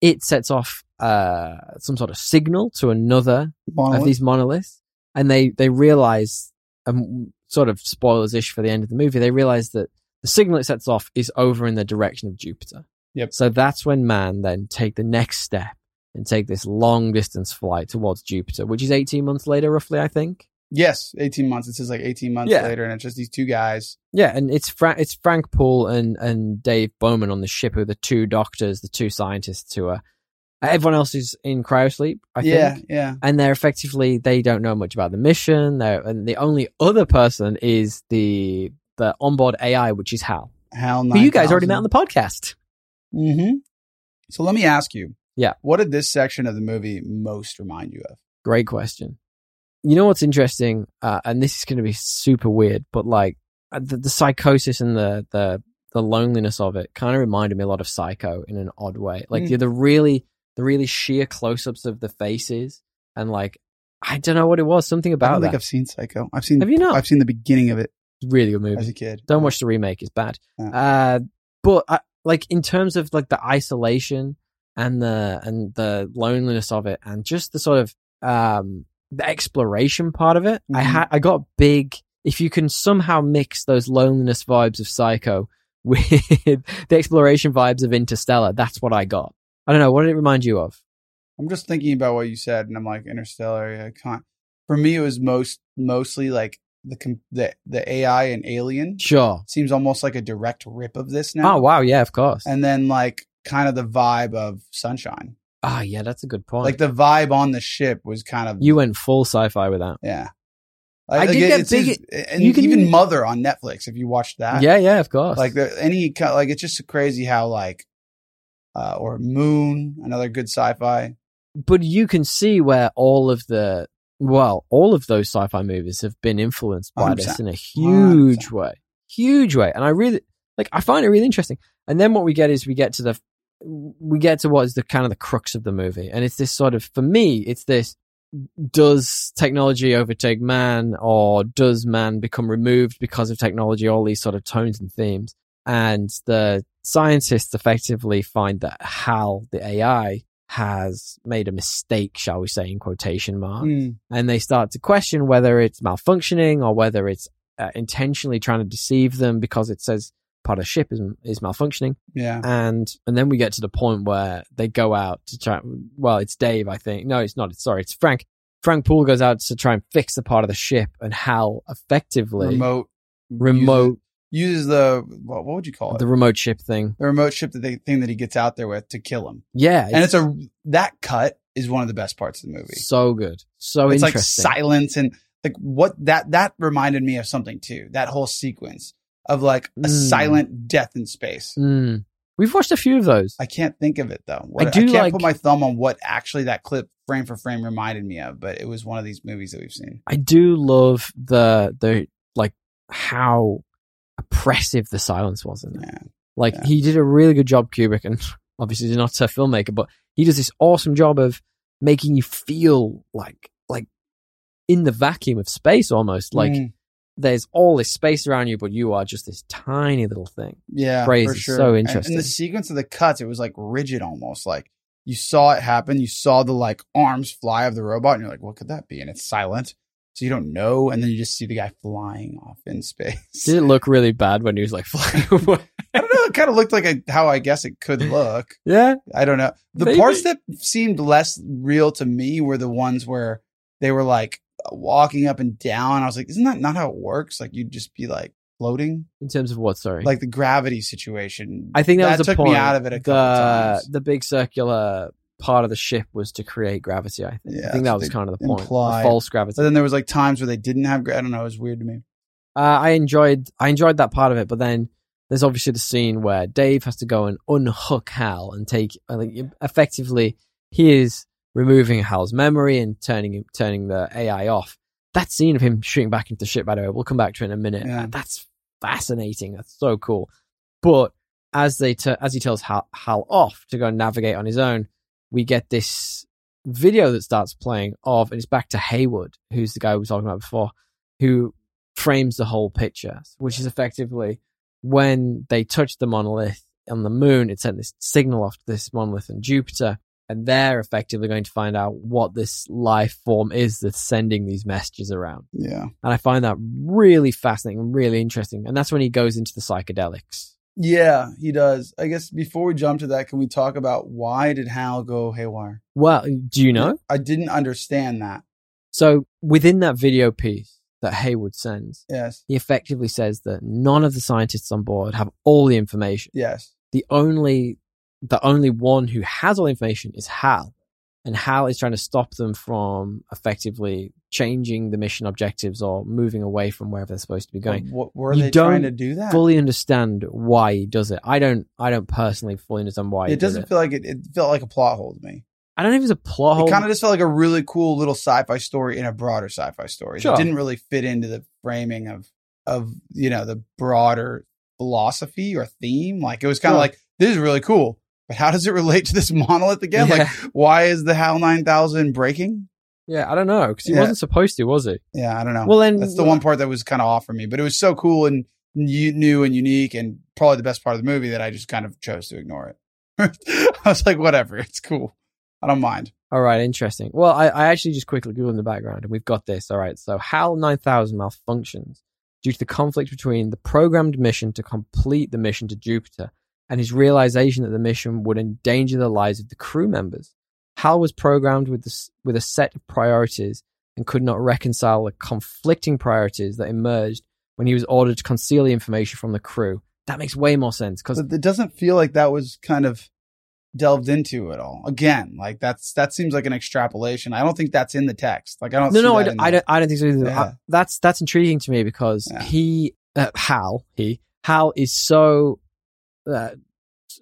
A: it sets off uh, some sort of signal to another
B: Monolith.
A: of these monoliths, and they they realize, um, sort of spoilers ish for the end of the movie, they realize that the signal it sets off is over in the direction of Jupiter.
B: Yep.
A: So that's when man then take the next step and take this long distance flight towards Jupiter, which is eighteen months later, roughly, I think.
B: yes, eighteen months. It says like eighteen months
A: Yeah.
B: later, and it's just these two guys.
A: Yeah, and it's Fra- it's Frank Poole and and Dave Bowman on the ship who are the two doctors, the two scientists who are. Everyone else is in cryosleep. I
B: yeah,
A: think.
B: yeah.
A: and they're effectively they don't know much about the mission. They're, and the only other person is the the onboard AI, which is Hal,
B: Hal.
A: who you guys already met on the podcast.
B: Mm-hmm. So let me ask you.
A: Yeah.
B: What did this section of the movie most remind you of?
A: Great question. You know what's interesting, uh, and this is going to be super weird, but like uh, the, the psychosis and the the the loneliness of it kind of reminded me a lot of Psycho in an odd way. Like
B: Mm.
A: the, the really the really sheer close ups of the faces, and like I don't know what it was, something
B: I don't
A: about
B: think
A: that.
B: I've seen Psycho. I've seen.
A: Have you not?
B: I've seen the beginning of it
A: Really good movie.
B: as a kid.
A: Don't watch the remake; it's bad.
B: Yeah.
A: Uh, but I, like in terms of like the isolation and the and the loneliness of it, and just the sort of um the exploration part of it, I
B: Mhm.
A: had I got big. If you can somehow mix those loneliness vibes of Psycho with the exploration vibes of Interstellar, that's what I got. I don't know what did it remind you of.
B: I'm just thinking about what you said, and I'm like Interstellar. Yeah, con- for me, it was most mostly like the com- the the AI and Alien
A: Sure.
B: seems almost like a direct rip of this now.
A: Oh wow, yeah, of course.
B: And then like kind of the vibe of Sunshine,
A: Ah, yeah, that's a good point.
B: like the vibe on the ship was kind of
A: you went full sci-fi with that.
B: yeah.
A: I did get e-
B: it seems- and
A: you can-
B: even Mother on Netflix if you watched that.
A: yeah, yeah, of course.
B: like there, any kind like it's just crazy how like uh or moon another good sci-fi
A: but you can see where all of the well, all of those sci-fi movies have been influenced by this
B: 100%.
A: in a huge way, huge way. And I really like. I find it really interesting. And then what we get is we get to the we get to what is the kind of the crux of the movie, and it's this sort of for me, it's this: does technology overtake man, or does man become removed because of technology? All these sort of tones and themes, and the scientists effectively find that Hal, the AI, has made a mistake, shall we say, in quotation marks
B: Mm.
A: and they start to question whether it's malfunctioning or whether it's uh, intentionally trying to deceive them because it says part of ship is is malfunctioning
B: yeah
A: and and then we get to the point where they go out to try well it's Dave I think no it's not it's sorry it's Frank Frank Poole goes out to try and fix the part of the ship and how effectively
B: remote
A: remote
B: uses, uses the what, what would you call it
A: the
B: the,
A: remote ship thing
B: remote ship that they thing that he gets out there with to kill him
A: yeah
B: and
A: it's,
B: it's a that cut is one of the best parts of the movie
A: so good so
B: it's like
A: Oh, interesting
B: silence and like what that that reminded me of something too that whole sequence of like a
A: Mm.
B: silent death in space
A: Mm. we've watched a few of those
B: I can't think of it though. What, I,
A: do
B: can't
A: like-
B: put my thumb on what actually that clip frame for frame reminded me of, but it was one of these movies that we've seen.
A: I do love the the like how oppressive the silence was in that.
B: Yeah.
A: Like
B: Yeah.
A: he did a really good job, Kubrick, and obviously he's not a filmmaker, but he does this awesome job of making you feel like like in the vacuum of space almost. Like
B: Mm.
A: there's all this space around you, but you are just this tiny little thing.
B: yeah,
A: Praise
B: for
A: is
B: sure.
A: so
B: And-
A: interesting.
B: And, the sequence of the cuts, it was like rigid almost. Like you saw it happen, you saw the like arms fly of the robot, and you're like, what could that be? And it's silent, so you don't know, and then you just see the guy flying off in space.
A: Did it look really bad when he was like flying away?
B: I don't know. It kind of looked like a, how I guess it could look.
A: yeah.
B: I don't know. The
A: Maybe.
B: parts that seemed less real to me were the ones where they were like walking up and down. I was like, isn't that not how it works? Like you'd just be like floating,
A: In terms of what, sorry.
B: like the gravity situation.
A: I think that, was the
B: took
A: point.
B: me out of it a
A: the,
B: couple times.
A: The big circular part of the ship was to create gravity. I think,
B: Yeah,
A: I think that
B: that's
A: was
B: the
A: kind of the point. The
B: implied-
A: false gravity.
B: But then there was like times where they didn't have. gra- I don't know. It was weird to me.
A: uh, I enjoyed. I enjoyed that part of it, but then there's obviously the scene where Dave has to go and unhook Hal and take. I think effectively he is removing Hal's memory and turning him- turning the AI off. That scene of him shooting back into the ship, by the way, we'll come back to it in a minute.
B: Yeah.
A: Uh, That's fascinating. That's so cool. But as they t- as he tells Hal, Hal off to go and navigate on his own, we get this video that starts playing of, and it's back to Haywood, who's the guy we were talking about before, who frames the whole picture, which is effectively when they touch the monolith on the moon, it sent this signal off to this monolith on Jupiter. And they're effectively going to find out what this life form is that's sending these messages around.
B: Yeah.
A: And I find that really fascinating and really interesting. And that's when he goes into the psychedelics.
B: Yeah, he does. I guess before we jump to that, can we talk about why did Hal go haywire?
A: Well, do you know?
B: I didn't understand that.
A: So within that video piece that Hayward sends,
B: Yes.
A: he effectively says that none of the scientists on board have all the information.
B: Yes.
A: The only the only one who has all the information is Hal. And Hal is trying to stop them from effectively changing the mission objectives or moving away from wherever they're supposed to be going.
B: What were
A: You
B: they trying
A: don't
B: to do that?
A: Fully understand why he does it. I don't I don't personally fully understand why he
B: it
A: does
B: doesn't feel like it, it felt like a plot hole to me.
A: I don't know if it's a plot hole.
B: It kind of just felt like a really cool little sci-fi story in a broader sci-fi story.
A: Sure.
B: It didn't really fit into the framing of of you know the broader philosophy or theme. Like it was kind of
A: Sure.
B: like this is really cool, but how does it relate to this monolith again? Like
A: Yeah.
B: why is the HAL nine thousand breaking?
A: Yeah, I don't know because he
B: Yeah.
A: wasn't supposed to, was he?
B: Yeah, I don't know.
A: Well, then
B: that's the one part that was kind of off for me, but it was so cool and u- new and unique and probably the best part of the movie that I just kind of chose to ignore it. I was like, whatever, it's cool. I don't mind.
A: All right, interesting. Well, I, I actually just quickly googled in the background, and we've got this. All right, so HAL 9000 malfunctions due to the conflict between the programmed mission to complete the mission to Jupiter and his realization that the mission would endanger the lives of the crew members. Hal was programmed with this, with a set of priorities and could not reconcile the conflicting priorities that emerged when he was ordered to conceal the information from the crew. That makes way more sense because
B: But it doesn't feel like that was kind of delved into at all. Again, like that's that seems like an extrapolation. I don't think that's in the text. Like I don't.
A: No,
B: see
A: no, I
B: that
A: don't,
B: in
A: I
B: there.
A: don't. I don't think so either.
B: Yeah.
A: I- that's that's intriguing to me because
B: Yeah.
A: he, uh, Hal, he Hal is so uh,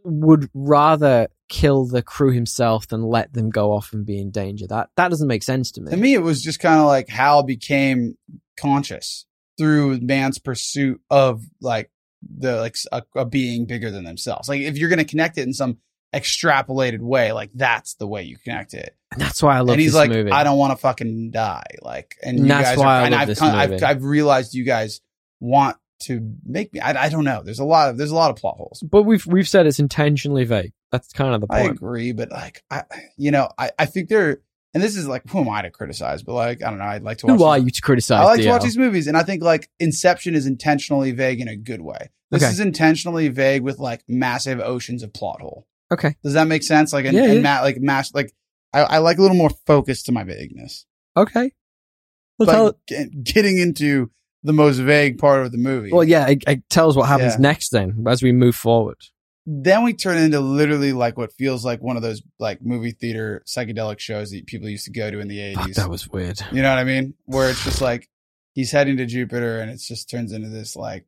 A: would rather kill the crew himself than let them go off and be in danger. That that doesn't make sense to me.
B: To me, it was just kind of like Hal became conscious through man's pursuit of like the like a, a being bigger than themselves. Like if you're going to connect it in some extrapolated way, like that's the way you connect it.
A: and that's why I love
B: and he's
A: this
B: like,
A: movie.
B: I don't want to fucking die. Like, and, you
A: And that's
B: guys
A: why
B: are,
A: I
B: and
A: love
B: I've,
A: this
B: con- I've,
A: movie.
B: I've realized you guys want to make me. I, I don't know. There's a lot of there's a lot of plot holes.
A: but we've we've said it's intentionally vague. That's kind of the
B: I
A: point.
B: agree, but like, I you know, I I think they're and this is like who am I to criticize? But like, I don't know. I'd like to. Watch
A: Who are
B: these-
A: you to criticize?
B: I like to
A: DL?
B: watch these movies, and I think like Inception is intentionally vague in a good way. This
A: Okay.
B: is intentionally vague with like massive oceans of plot hole.
A: Okay,
B: Does that make sense? Like, and,
A: Yeah,
B: and
A: yeah.
B: ma- like mass, like I, I like a little more focus to my vagueness
A: okay. Well,
B: but
A: tell,
B: get- getting into the most vague part of the movie.
A: well yeah. It, it tells what happens
B: Yeah.
A: next then as we move forward.
B: then we turn into literally like what feels like one of those like movie theater psychedelic shows that people used to go to in the
A: Fuck,
B: eighties.
A: that was weird.
B: you know what I mean? Where it's just like he's heading to Jupiter, and it just turns into this like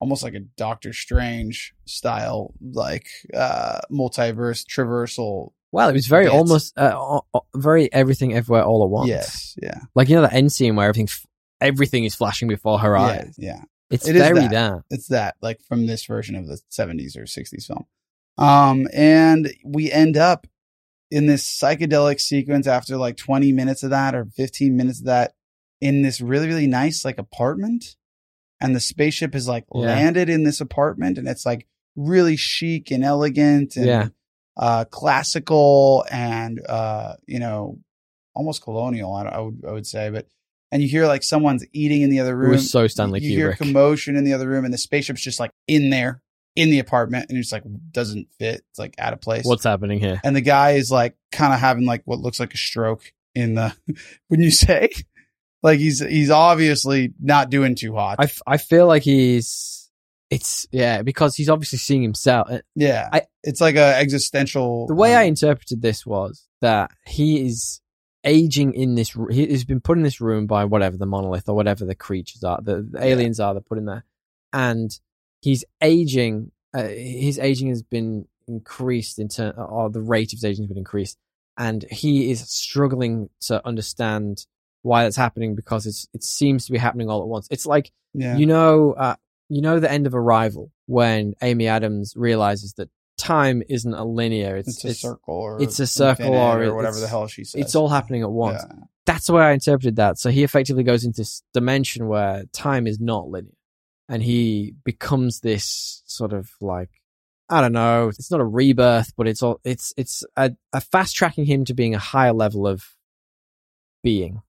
B: almost like a Doctor Strange style like uh multiverse traversal.
A: Well, it was very
B: Bit.
A: almost uh, o- o- very everything everywhere all at once.
B: Yes, yeah,
A: like you know that end scene where everything f- everything is flashing before her eyes.
B: yeah, yeah.
A: It's
B: It is
A: very
B: that.
A: that.
B: it's that like from this version of the 70s or 60s film um and we end up in this psychedelic sequence after like 20 minutes of that or 15 minutes of that in this really really nice like apartment and the spaceship is like
A: Yeah.
B: landed in this apartment and it's like really chic and elegant and
A: Yeah.
B: uh classical and uh you know almost colonial I, I would I would say but and you hear like someone's eating in the other
A: It
B: room
A: was so Stanley
B: you hear
A: Kubrick.
B: commotion in the other room, and the spaceship's just like in there in the apartment, and it's like doesn't fit. It's like out of place.
A: What's happening here?
B: and the guy is like kind of having like what looks like a stroke in the. wouldn't you say? Like he's he's obviously not doing too hot.
A: I, f- I feel like he's it's yeah because he's obviously seeing himself. Uh,
B: yeah,
A: I-
B: it's like a existential.
A: The way
B: um,
A: I interpreted this was that he is aging in this. r- He has been put in this room by whatever the monolith or whatever the creatures are, the, the aliens are. They're put in there, and he's aging. Uh, his aging has been increased in turn, or the rate of his aging has been increased, and he is struggling to understand why that's happening because it's it seems to be happening all at once. It's like
B: yeah.
A: you know, uh, you know the end of Arrival when Amy Adams realizes that time isn't a linear. It's
B: It's,
A: it's
B: a circle or
A: it's a circle
B: infinite
A: or it-
B: whatever
A: it's-
B: the hell she says.
A: it's all happening at once.
B: Yeah.
A: That's the way I interpreted that. So he effectively goes into this dimension where time is not linear, and he becomes this sort of like I don't know. It's not a rebirth, but it's all it's it's a, a fast tracking him to being a higher level of being.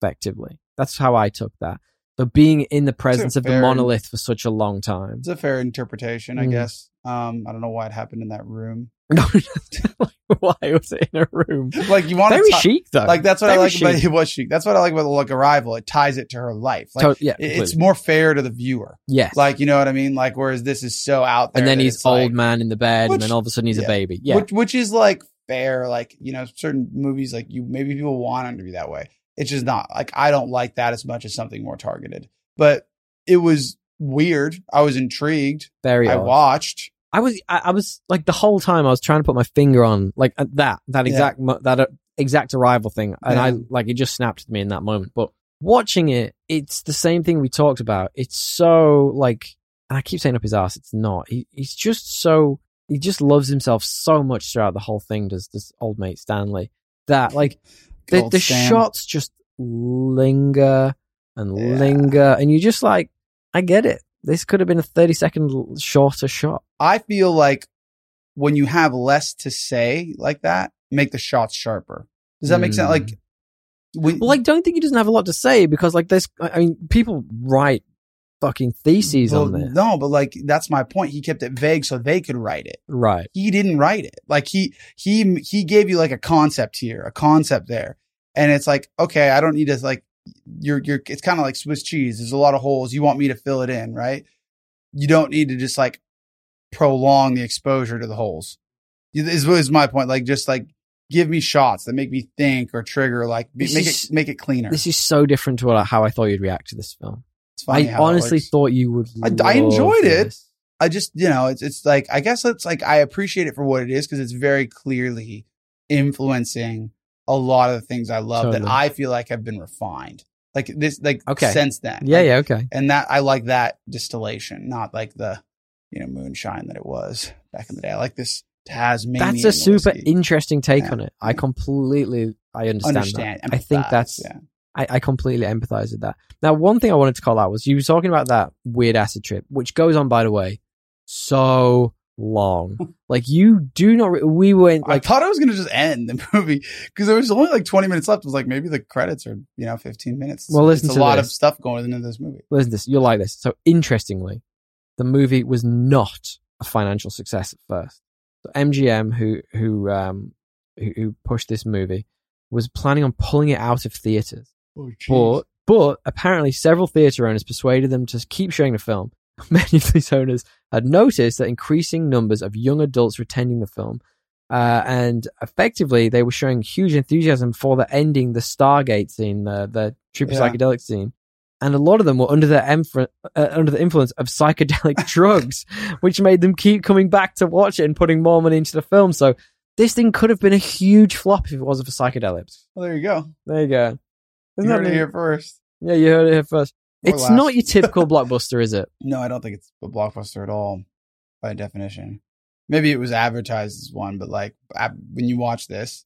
A: Effectively, that's how I took that. So being in the presence of the
B: fair-
A: monolith for such a long time.
B: It's a fair interpretation, I
A: Mm.
B: guess. Um, I don't know why it happened in that room.
A: No, why was it in a room?
B: Like you want
A: Very
B: to tie-
A: chic though.
B: like that's what I
A: Very
B: like
A: chic.
B: about it was chic. That's what I like about like Arrival. It ties it to her life. Like
A: To- yeah,
B: it- it's
A: completely.
B: more fair to the viewer.
A: yes.
B: Like you know what I mean? Like whereas this is so out there.
A: and then
B: that
A: he's
B: it's like-
A: old man in the bed,
B: Which-
A: and then all of a sudden he's a
B: yeah.
A: baby. Yeah,
B: which which is like fair. Like you know, certain movies like you maybe people want them to be that way. It's just not like I don't like that as much as something more targeted. But it was weird. I was intrigued.
A: very
B: I
A: odd.
B: watched.
A: I was, I, I was like the whole time I was trying to put my finger on like at that, that
B: Yeah.
A: exact, mo- that uh, exact arrival thing, and I
B: Yeah.
A: like it just snapped at me in that moment. But watching it, it's the same thing we talked about. It's so like, and I keep saying up his ass. It's not. He, he's just so he just loves himself so much throughout the whole thing. Does this old mate Stanley that like the,
B: Gold
A: the
B: Stan.
A: shots just linger and
B: Yeah.
A: linger and you're just like i get it this could have been a 30 second l- shorter shot
B: I feel like when you have less to say like that, make the shots sharper. Does that make sense?
A: Hmm.
B: Like when
A: well i don't think he doesn't have a lot to say because like this i I mean people write fucking theses
B: Well,
A: on this
B: No, but like that's my point. He kept it vague so they could write it.
A: right
B: he didn't write it. Like he he he gave you like a concept here, a concept there, and it's like okay, I don't need to like you're you're. It's kind of like Swiss cheese. There's a lot of holes. You want me to fill it in, right? You don't need to just like prolong the exposure to the holes. Is is my point? Like just like give me shots that make me think or trigger. Like be,
A: This
B: make
A: is-
B: it make it cleaner.
A: this is so different to what, I- how i thought you'd react to this film
B: it's funny
A: i
B: how that
A: honestly
B: works.
A: thought you would
B: I- I
A: love
B: enjoyed it.
A: this.
B: I just, you know, it's it's like I guess it's like I appreciate it for what it is because it's very clearly influencing a lot of the things I love that
A: Totally.
B: I feel like have been refined. Like this, like
A: Okay.
B: since then,
A: yeah
B: Like,
A: yeah okay
B: And that I like that distillation, not like the you know moonshine that it was back in the day. I like this Tasmanian.
A: that's a super
B: whiskey.
A: interesting take
B: Yeah.
A: on it i completely i understand,
B: understand.
A: that i think
B: empathize,
A: that's
B: yeah.
A: I, I completely empathize with that. Now, one thing I wanted to call out was you were talking about that weird acid trip, which goes on, by the way, so long. like, you do not. Re- we went
B: I
A: like
B: thought I was gonna just end the movie because there was only like twenty minutes left. I was like, maybe the credits are you know fifteen minutes.
A: Well, listen
B: it's
A: to
B: a lot of
A: this.
B: stuff going into this movie.
A: listen to this. You'll like this. So, interestingly, the movie was not a financial success at first. So MGM, who who um who, who pushed this movie, was planning on pulling it out of theaters.
B: Oh,
A: But but apparently, several theatre owners persuaded them to keep showing the film. Many of these owners had noticed that increasing numbers of young adults retaining the film, uh, and effectively, they were showing huge enthusiasm for the ending, the Stargate scene, the the super
B: Yeah.
A: psychedelic scene. And a lot of them were under the influ- uh, under the influence of psychedelic drugs, which made them keep coming back to watch it and putting more money into the film. So this thing could have been a huge flop if it wasn't for psychedelics.
B: Well, there you go.
A: There you go.
B: You heard it
A: neat?
B: here first.
A: Yeah, you heard it here first.
B: Or
A: it's
B: last.
A: not your typical blockbuster, is it?
B: No, I don't think it's a blockbuster at all, by definition. Maybe it was advertised as one, but like ab- when you watch this,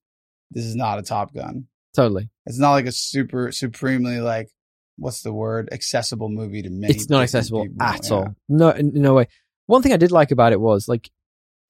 B: this is not a Top Gun.
A: Totally.
B: It's not like a super supremely like what's the word accessible movie to many.
A: It's not
B: different
A: accessible
B: people.
A: at
B: Yeah.
A: all. No, n- no way. One thing I did like about it was like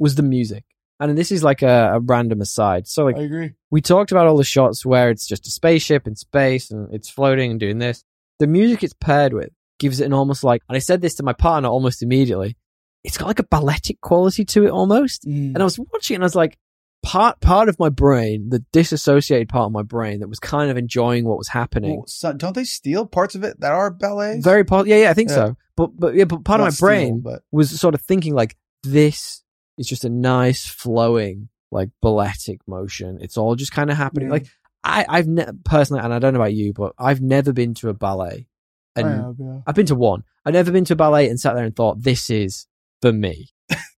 A: was the music. And this is like a, a random aside. So like
B: I agree.
A: we talked about all the shots where it's just a spaceship in space and it's floating and doing this. The music it's paired with gives it an almost like, and I said this to my partner almost immediately. It's got like a balletic quality to it almost.
B: Mm.
A: And I was watching it and I was like, part part of my brain, the disassociated part of my brain that was kind of enjoying what was happening.
B: Well, so- don't they steal parts of it that are ballets?
A: Very po- yeah, yeah, I think
B: Yeah.
A: so. But but yeah, but part
B: Not
A: of my brain
B: steal, but
A: was sort of thinking like this is just a nice flowing like balletic motion. It's all just kind of happening.
B: Yeah.
A: Like I I've ne- personally, and I don't know about you, but I've never been to a ballet, and
B: I have, yeah.
A: I've been to one. I've never been to a ballet and sat there and thought this is for me.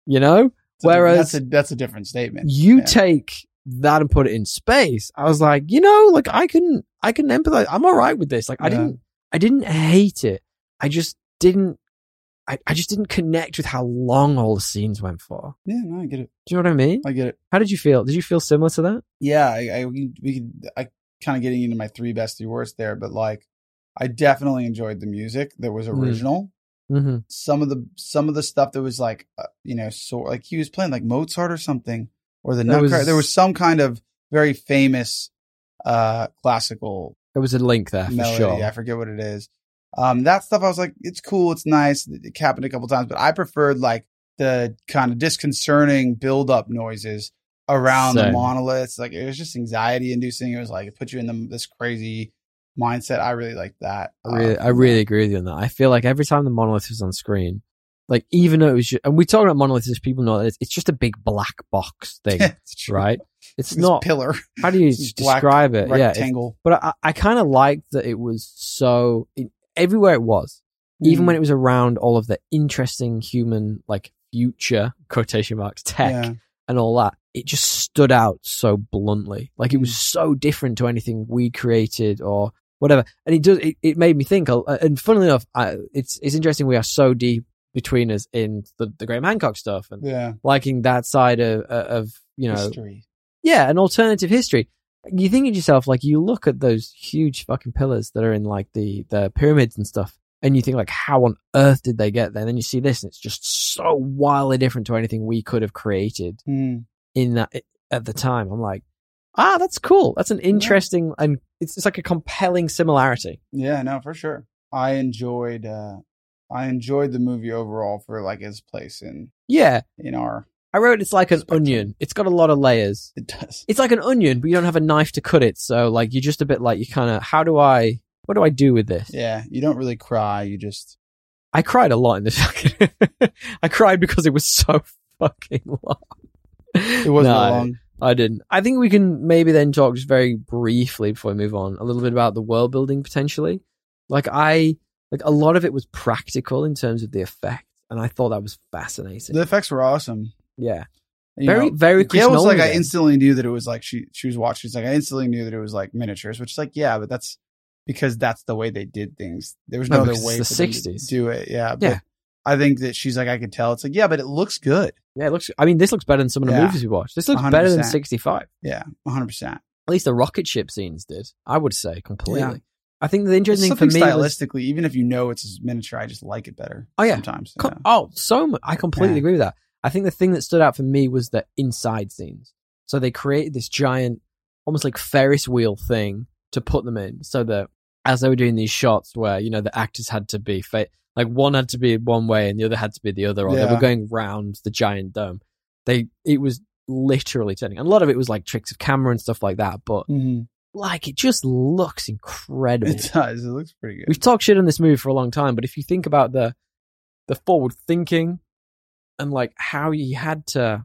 A: you know,
B: It's a different-
A: whereas-
B: that's a, that's a different statement.
A: you
B: Yeah.
A: take that and put it in space. I was like, you know, like I can, I can empathize. I'm all right with this. Like I
B: Yeah.
A: didn't, I didn't hate it. I just didn't I, I just didn't connect with how long all the scenes went for.
B: Yeah, no, I get it.
A: Do you know what I mean?
B: I get it.
A: How did you feel? Did you feel similar to that?
B: Yeah, I, I we, we could, I kind of getting into my three best, three worst there, but like, I definitely enjoyed the music that was
A: Mm.
B: original.
A: Mm-hmm.
B: Some of the some of the stuff that was like, uh, you know, so like he was playing like Mozart or something, or the
A: That was-
B: Nutcracker. there was some kind of very famous uh classical
A: There was a link there for
B: melody.
A: sure.
B: I forget what it is. Um, that stuff I was like, it's cool, it's nice. It happened a couple times, but I preferred like the kind of disconcerting build up noises around the
A: Same.
B: monoliths. Like it was just anxiety inducing. It was like it put you in the, this crazy mindset. I really liked that.
A: I really,
B: Uh,
A: I really agree with you on that. I feel like every time the monolith was on screen, like even though it was, just, and we talk about monoliths as people know that it's, it's just a big black box thing,
B: it's true.
A: right? It's
B: This
A: not.
B: pillar
A: How do you
B: this black
A: describe it? Yeah, it's-
B: rectangle.
A: but I, I kind of liked that it was so it, everywhere it was, even
B: Mm.
A: when it was around all of the interesting human like future quotation marks tech
B: Yeah.
A: and all that. It just stood out so bluntly. Like it was
B: Mm.
A: so different to anything we created or whatever. And it does. It, it made me think. I'll- And funnily enough, I, it's it's interesting. We are so deep between us in the, the Graham Hancock stuff and
B: yeah,
A: liking that side of of you know
B: history.
A: yeah, an alternative history. You think of yourself like you look at those huge fucking pillars that are in like the the pyramids and stuff, and you think like, how on earth did they get there? And then you see this, and it's just so wildly different to anything we could have created
B: Mm.
A: in that at the time. I'm like, ah, that's cool. That's an interesting and it's it's like a compelling similarity.
B: Yeah, no, for sure. I enjoyed. uh I enjoyed the movie overall for like its place in
A: Yeah,
B: in our.
A: I wrote it's like an
B: Spectrum.
A: onion. It's got a lot of layers.
B: It does.
A: it's like an onion, but you don't have a knife to cut it. So like you're just a bit like you kind of how do I what do I do with this?
B: Yeah, you don't really cry. You just
A: I cried a lot in this. fucking- I cried because it was so fucking long.
B: it wasn't
A: No, I-
B: long.
A: I didn't. I think we can maybe then talk just very briefly before we move on a little bit about the world building potentially. Like I like a lot of it was practical in terms of the effect, and I thought that was fascinating.
B: The effects were awesome.
A: yeah,
B: You
A: very
B: know,
A: very. Chris
B: Gail was
A: Nolan
B: like, I
A: again.
B: instantly knew that it was like she she was watching. She's like, I instantly knew that it was like miniatures, which is like, yeah, but that's because that's the way they did things. There was
A: No,
B: no, other
A: because it's
B: way
A: the
B: for them to
A: 60s.
B: do it. Yeah, but
A: Yeah.
B: I think that she's like, I could tell. It's like, yeah, but it looks good.
A: yeah, it looks. I mean, this looks better than some of the
B: Yeah.
A: movies we watched. This looks better than
B: 100%.
A: sixty five.
B: Yeah, one hundred percent.
A: at least the rocket ship scenes did. I would say completely.
B: Yeah.
A: I think the interesting thing for
B: Something
A: me was
B: stylistically, even if you know it's a miniature, I just like it better.
A: Oh, yeah.
B: sometimes.
A: co-
B: yeah.
A: oh, so much. I completely
B: Yeah.
A: agree with that. I think the thing that stood out for me was the inside scenes. So they created this giant, almost like Ferris wheel thing to put them in, so that as they were doing these shots, where you know the actors had to be fa- like one had to be one way and the other had to be the other, or they were
B: Yeah.
A: going round the giant dome. They it was literally turning. And a lot of it was like tricks of camera and stuff like that, but
B: Mhm.
A: like it just looks incredible.
B: It does. It looks pretty good.
A: We've talked shit on this movie for a long time, but if you think about the the forward thinking and like how you had to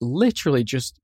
A: literally just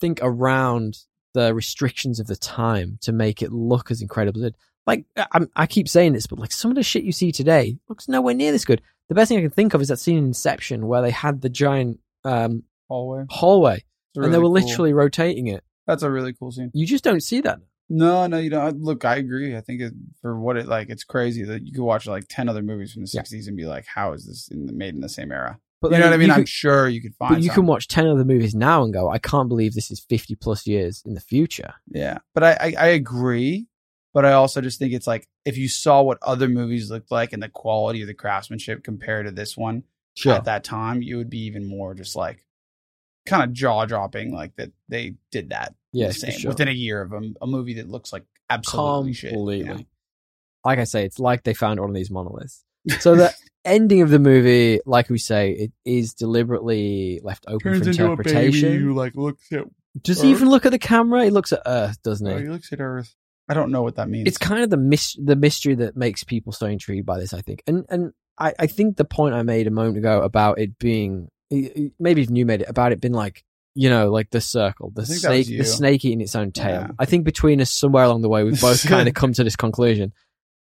A: think around the restrictions of the time to make it look as incredible as it like I- I'm, I keep saying this, but like some of the shit you see today looks nowhere near this good. The best thing I can think of is that scene in Inception where they had the giant um,
B: Hallway. It's
A: hallway and they
B: really
A: were
B: cool.
A: literally rotating it.
B: That's a really cool scene.
A: You just don't see that.
B: No, no, you don't. I- Look, I agree. I think it, for what it like, it's crazy that you could watch like ten other movies from the
A: Yeah.
B: '60s and be like, "How is this in the, made in the same era?"
A: But
B: you
A: then
B: know what I mean? I'm
A: could-
B: sure you could find.
A: But you can
B: some.
A: watch 10 other movies now and go, I can't believe this is 50 plus years in the future.
B: yeah. But I, I, I agree. But I also just think it's like if you saw what other movies looked like and the quality of the craftsmanship compared to this one at that time, you would be even more just like kind of jaw dropping, like that they did that
A: Yeah,
B: the
A: for
B: same
A: sure.
B: within a year of a, a movie that looks like absolutely
A: Completely.
B: shit. you know?
A: Like I say, it's like they found one of these monoliths. So the ending of the movie, like we say, it is deliberately left open for interpretation.
B: like looks at
A: Does
B: Earth.
A: he even look at the camera? He looks at Earth, doesn't he?
B: Oh, he looks at Earth. I don't know what that means.
A: it's kind of the mys- the mystery that makes people so intrigued by this i think and and i i think the point i made a moment ago about it being maybe even you made it about it being like you know like the circle the
B: I think that was
A: snake
B: you.
A: the snake eating its own tail
B: Yeah.
A: i think between us somewhere along the way we've both kind of come to this conclusion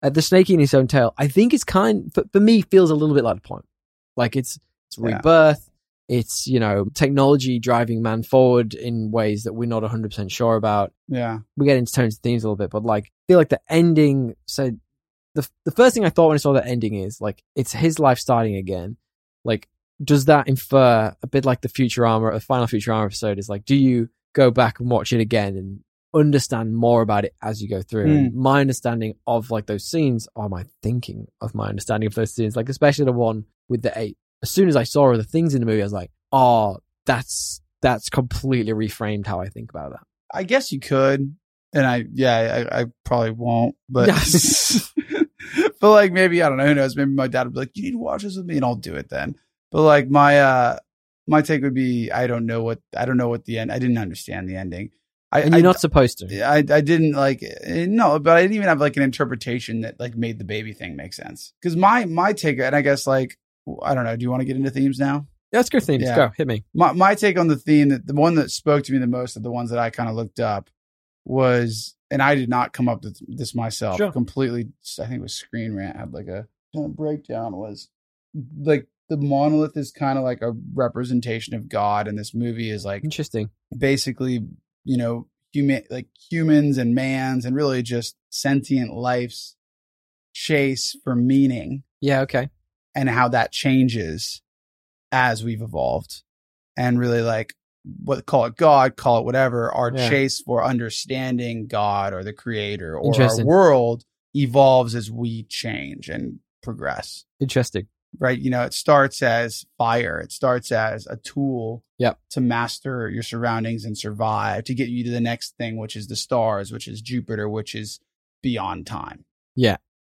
A: uh, the snake eating its own tail i think it's kind for, for me feels a little bit like the point like it's it's
B: Yeah.
A: rebirth it's you know technology driving man forward in ways that we're not 100% sure about
B: yeah.
A: we get into tones and themes a little bit, but like I feel like the ending said the the first thing I thought when I saw that ending is like it's his life starting again. Like, does that infer a bit like the Futurama, the final Futurama episode is like, do you go back and watch it again and understand more about it as you go through?
B: Mm.
A: And my understanding of like those scenes, or my thinking of my understanding of those scenes, like especially the one with the ape. As soon as I saw the things in the movie, I was like, oh, that's that's completely reframed how I think about that.
B: I guess you could, and I yeah, I, I probably won't, but but like maybe I don't know who knows. Maybe my dad would be like, "You need to watch this with me," and I'll do it then. But like my uh my take would be, I don't know what I don't know what the end. I didn't understand the ending. I,
A: And
B: I,
A: you're not supposed to.
B: I I didn't like eh, no, but I didn't even have like an interpretation that like made the baby thing make sense. Because my my take, and I guess like I don't know. Do you want to get into themes now?
A: That's good themes.
B: Yeah.
A: Go hit me.
B: my my take on the theme that the one that spoke to me the most of the ones that I kind of looked up was, and I did not come up with this myself.
A: Sure.
B: Completely, I think it was Screen Rant had like a kind of breakdown was like the monolith is kind of like a representation of God, and this movie is like
A: Interesting.
B: basically you know human like humans and man's and really just sentient life's chase for meaning
A: Yeah. Okay.
B: and how that changes as we've evolved and really like what call it god call it whatever our
A: Yeah.
B: chase for understanding god or the creator or our
A: Interesting.
B: world evolves as we change and progress
A: Interesting.
B: right? You know, it starts as fire. It starts as a tool
A: Yep.
B: to master your surroundings and survive to get you to the next thing, which is the stars, which is Jupiter, which is beyond time.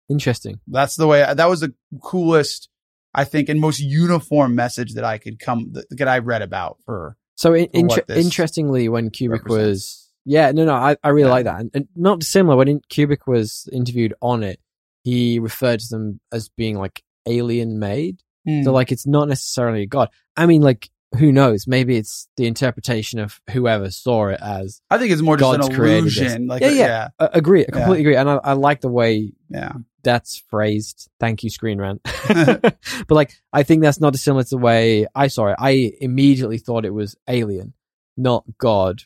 A: Interesting.
B: That's the way. That was the coolest, I think, and most uniform message that I could come that, that I read about for.
A: So in,
B: For what
A: inter-
B: this
A: interestingly, when Kubrick
B: represents.
A: was yeah, no, no, I, I really
B: Yeah.
A: like that, and, and not dissimilar when in, Kubrick was interviewed on it, he referred to them as being like alien made.
B: Hmm.
A: So like, it's not necessarily a god. I mean, like, who knows? Maybe it's the interpretation of whoever saw it as.
B: I think it's more just
A: God's
B: an
A: created this.
B: illusion. Like,
A: Yeah,
B: yeah,
A: yeah.
B: yeah,
A: Uh, agree, I
B: Yeah.
A: completely agree, and I, I like the way
B: yeah.
A: that's phrased. Thank you, Screen Rant. but like, I think that's not dissimilar to the way I saw it. I immediately thought it was alien, not God,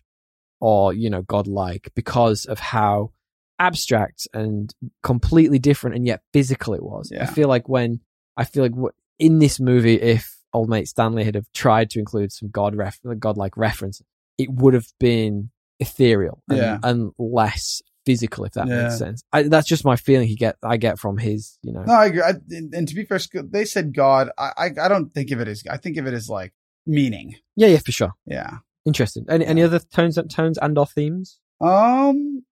A: or you know, godlike, because of how abstract and completely different and yet physical it was. I
B: Yeah.
A: feel like when I feel like wh- in this movie, if old mate Stanley had have tried to include some god ref- godlike reference, it would have been ethereal and,
B: Yeah.
A: and less physical if that
B: Yeah.
A: makes sense I, that's just my feeling he get i get from his you know
B: No, I agree. I, and, and to be fair, they said God. I, I, I don't think of it as. I think of it as like meaning.
A: yeah yeah for sure
B: Yeah.
A: interesting any, any
B: Yeah.
A: other tones tones and or themes
B: Um,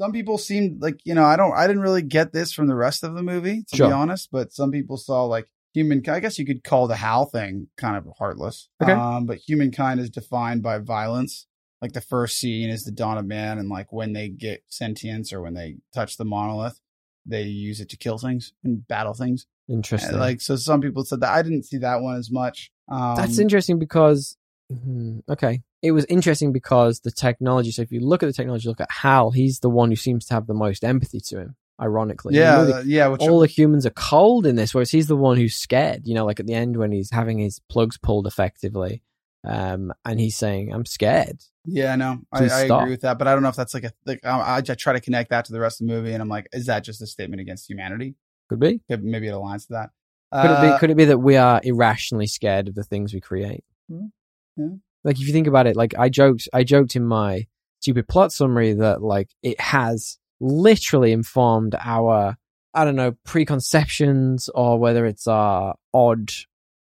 B: some people seemed like you know I don't I didn't really get this from the rest of the movie to
A: Sure.
B: be honest, but some people saw like human. I guess you could call the Hal thing kind of heartless.
A: Okay.
B: Um, but humankind is defined by violence. Like the first scene is the dawn of man, and like when they get sentience or when they touch the monolith, they use it to kill things and battle things.
A: interesting
B: And, like so, some people said that I didn't see that one as much. Um,
A: that's interesting because Mhm, okay it was interesting because the technology so if you look at the technology look at hal he's the one who seems to have the most empathy to him ironically In the
B: Yeah,
A: movie,
B: the- yeah. Which
A: all the humans are cold in this, whereas he's the one who's scared. You know, like at the end when he's having his plugs pulled effectively, um, and he's saying, "I'm scared."
B: Yeah, no, I,
A: Please
B: I
A: stop.
B: agree with that, but I don't know if that's like a like I, I I try to connect that to the rest of the movie, and I'm like, is that just a statement against humanity?
A: Could be.
B: Could- Maybe it aligns to that.
A: Could it
B: Uh,
A: be? Could it be that we are irrationally scared of the things we create?
B: Hmm. Yeah.
A: Like if you think about it, like I joked, I joked in my stupid plot summary that like it has literally informed our, I don't know, preconceptions or whether it's our odd,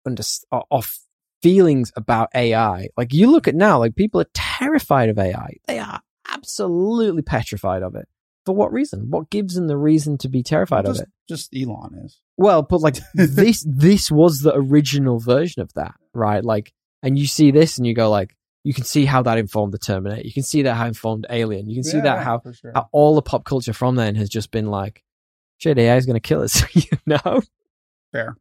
A: under or off feelings about AI. Like you look at now, like people are terrified of AI. They are absolutely petrified of it. For what reason? What gives them the reason to be terrified of
B: just,
A: it?
B: just Elon is.
A: Well, but like this, this was the original version of that, right? Like, and you see this, and you go like, you can see how that informed the Terminator. You can see that how informed Alien. You can see
B: Yeah,
A: that how,
B: for sure.
A: how all the pop culture from then has just been like, shit, AI is going to kill us. you know,
B: Fair.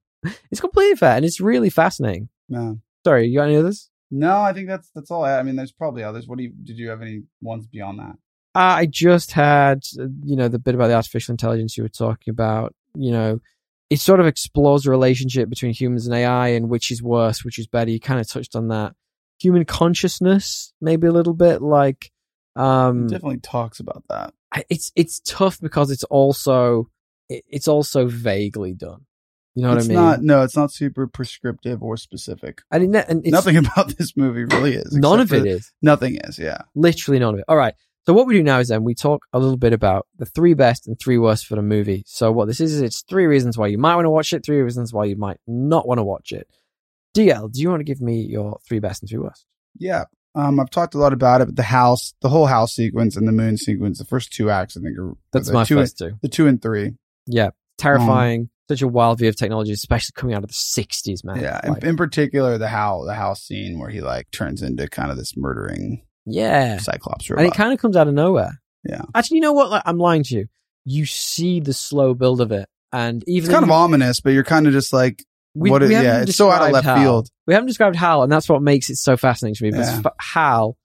A: It's completely fair, and it's really fascinating.
B: no,
A: Sorry, you got any others?
B: no, I think that's that's all. I, I mean, there's probably others. What do you did you have any ones beyond that?
A: Uh, I just had, uh, you know, the bit about the artificial intelligence you were talking about. You know, it sort of explores the relationship between humans and AI and which is worse, which is better. You kind of touched on that. Human consciousness, maybe a little bit like,
B: It
A: um,
B: definitely talks about that.
A: I- it's it's tough because it's also it, it's also vaguely done. You know what
B: it's
A: I mean?
B: not. No, it's not super prescriptive or specific.
A: and, it, ne- and it's,
B: nothing about this movie really is.
A: None of
B: except
A: it
B: for-
A: is.
B: Nothing is. Yeah.
A: Literally none of it. All right. So what we do now is then we talk a little bit about the three best and three worst for the movie. So what this is is it's three reasons why you might want to watch it, three reasons why you might not want to watch it. DL, do you want to give me your three best and three worst?
B: Yeah. Um, I've talked a lot about it, but the house, the whole house sequence and the moon sequence, the first two acts, I think are
A: That's
B: the
A: my
B: two, Mm.
A: first two.
B: The two and three.
A: Yeah. Terrifying. Such a wild view of technology, especially coming out of the 60s, man.
B: Yeah.
A: uh, Like,
B: in, in particular, the how the house scene where he like turns into kind of this murdering
A: yeah.
B: cyclops
A: And
B: robot.
A: it kind of comes out of nowhere.
B: Yeah.
A: Actually, you know what? Like, I'm lying to you. You see the slow build of it. And even
B: it's kind of
A: though
B: ominous, but you're kind of just like,
A: we,
B: what?
A: we
B: it-
A: haven't
B: yeah,
A: even
B: it's so out of
A: described
B: left
A: Hal.
B: field.
A: We haven't described Hal, and that's what makes it so fascinating to me. Because
B: Yeah.
A: f- Hal,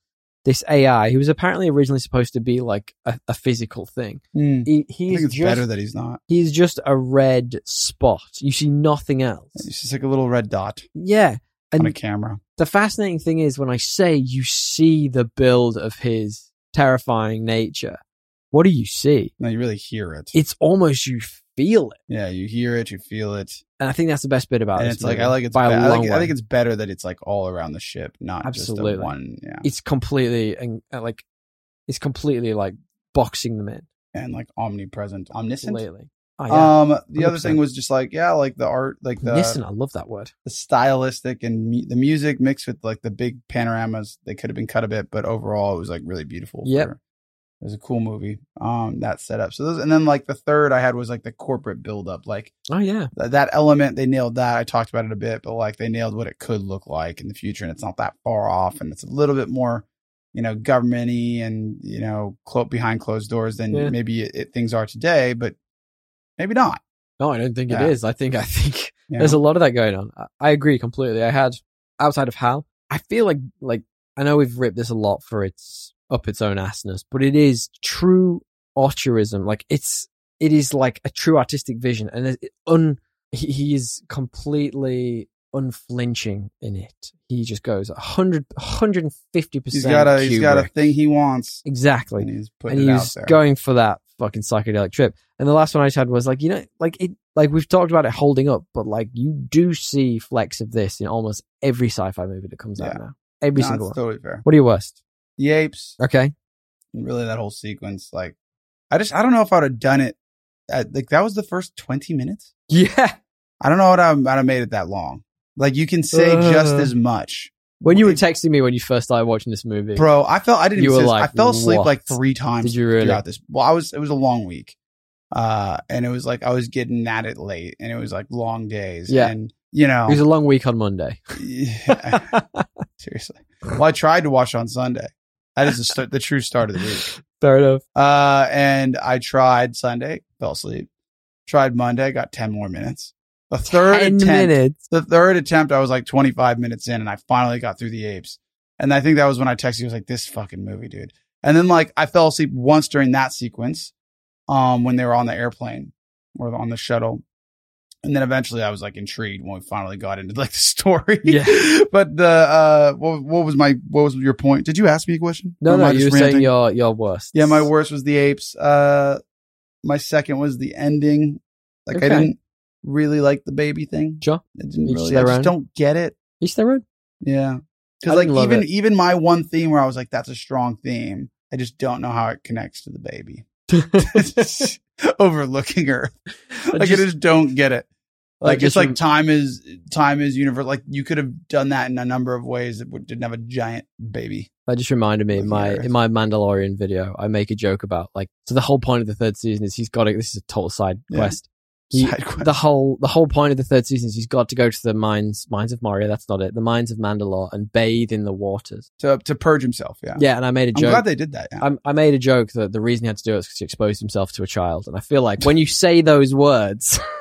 A: this AI, who was apparently originally supposed to be like a, a physical thing, he,
B: I
A: Hmm. he's
B: think it's
A: just
B: better that he's not.
A: he's just a red spot. You see nothing else.
B: It's just like a little red dot
A: Yeah,
B: on a
A: and
B: camera.
A: the fascinating thing is when I say you see the build of his terrifying nature, what do you see?
B: No, you really hear it.
A: It's almost you feel it,
B: Yeah, you hear it, you feel it,
A: and I think that's the best bit about
B: and
A: this
B: it's like
A: movie,
B: I like it's.
A: Oh, by a
B: be- I,
A: long
B: like, I
A: way.
B: think it's better that it's like all around the ship, not
A: Absolutely.
B: just the one. Yeah,
A: it's completely and uh, like it's completely like boxing them in
B: and like omnipresent, omniscient.
A: completely. Oh, yeah.
B: Um, uh, the other
A: 100%.
B: thing was just like yeah, like the art, like the
A: Listen, I love that word.
B: the stylistic and mu- the music mixed with like the big panoramas. They could have been cut a bit, but overall it was like really beautiful.
A: Yep.
B: for- It was a cool movie. Um, that setup. So those, and then like the third I had was like the corporate buildup, like
A: Oh yeah,
B: th- that element they nailed that i talked about it a bit but like they nailed what it could look like in the future and it's not that far off and it's a little bit more you know governmenty and you know clo- behind closed doors than
A: Yeah.
B: maybe it, it, things are today but maybe not
A: no, I don't think
B: Yeah.
A: it is. I think I think
B: you
A: there's
B: know?
A: a lot of that going on. I, I agree completely. I had outside of Hal, I feel like like I know we've ripped this a lot for its up its own assness, but it is true altruism. Like it's it is like a true artistic vision, and it, un he, he is completely unflinching in it. He just goes 100 150 percent.
B: he's got a he's got a thing he wants
A: exactly.
B: and he's
A: and
B: putting
A: he
B: it
A: was
B: out there
A: going for that fucking psychedelic trip. And the last one I just had was like, you know, like it, like we've talked about it holding up, but like you do see flecks of this in almost every sci-fi movie that comes out
B: Yeah.
A: now, every
B: no,
A: single
B: it's
A: one.
B: totally fair
A: What are your worst?
B: the apes
A: Okay,
B: and really that whole sequence like i just i don't know if i would have done it at, like that was the first 20 minutes
A: yeah.
B: I don't know what I'm, I'd have made it that long. Like you can say
A: Uh.
B: just as much,
A: When you were texting me when you first started watching this movie,
B: bro. I felt I didn't.
A: You were
B: even say this.
A: like,
B: I fell asleep
A: "What?
B: like three times
A: did you really?
B: throughout this. Well, I was. It was a long week, uh, and it was like I was getting at it late, and it was like long days.
A: Yeah.
B: and you know,
A: It was a long week on Monday.
B: yeah, seriously. Well, I tried to watch on Sunday. That is the, start, the true start of the week.
A: Fair enough.
B: Uh, and I tried Sunday, fell asleep. Tried Monday, got ten more minutes. The third
A: Ten
B: attempt,
A: minutes.
B: the third attempt, I was like 25 minutes in and I finally got through the apes. And I think that was when I texted you, I was like, this fucking movie, dude. And then like I fell asleep once during that sequence, um, when they were on the airplane or on the shuttle. And then eventually I was like intrigued when we finally got into like the story.
A: Yeah.
B: but the, uh, what, what was my, what was your point? Did you ask me a question? Or
A: No,
B: am
A: no,
B: I
A: you were
B: just
A: saying
B: ranting?
A: your your worst.
B: Yeah, my worst was the apes. Uh, my second was the ending. Like
A: Okay.
B: I didn't really like the baby thing.
A: Sure.
B: I didn't
A: Each
B: really.
A: their
B: I just
A: own.
B: don't get it.
A: Each their own.
B: Yeah,
A: I
B: because like
A: didn't love
B: even
A: it.
B: even my one theme where I was like, that's a strong theme. I just don't know how it connects to the baby. Overlooking her, like I
A: just-
B: just don't get it.
A: I
B: Like
A: just
B: it's like
A: rem-
B: time is time is universe. Like you could have done that in a number of ways that would- didn't have a giant baby.
A: That just reminded me in
B: Looking
A: my
B: at it.
A: in my Mandalorian video, I make a joke about like so the whole point of the third season is he's got to this is a total side
B: Yeah.
A: quest. He-
B: Side quest.
A: The whole the whole point of the third season is he's got to go to the mines mines of Moria, that's not it, the mines of Mandalore and bathe in the waters.
B: to to purge himself. Yeah,
A: Yeah, and I made a
B: I'm
A: joke.
B: glad they did that. Yeah.
A: I'm- I made a joke that the reason he had to do it is because he exposed himself to a child, and I feel like when you say those words,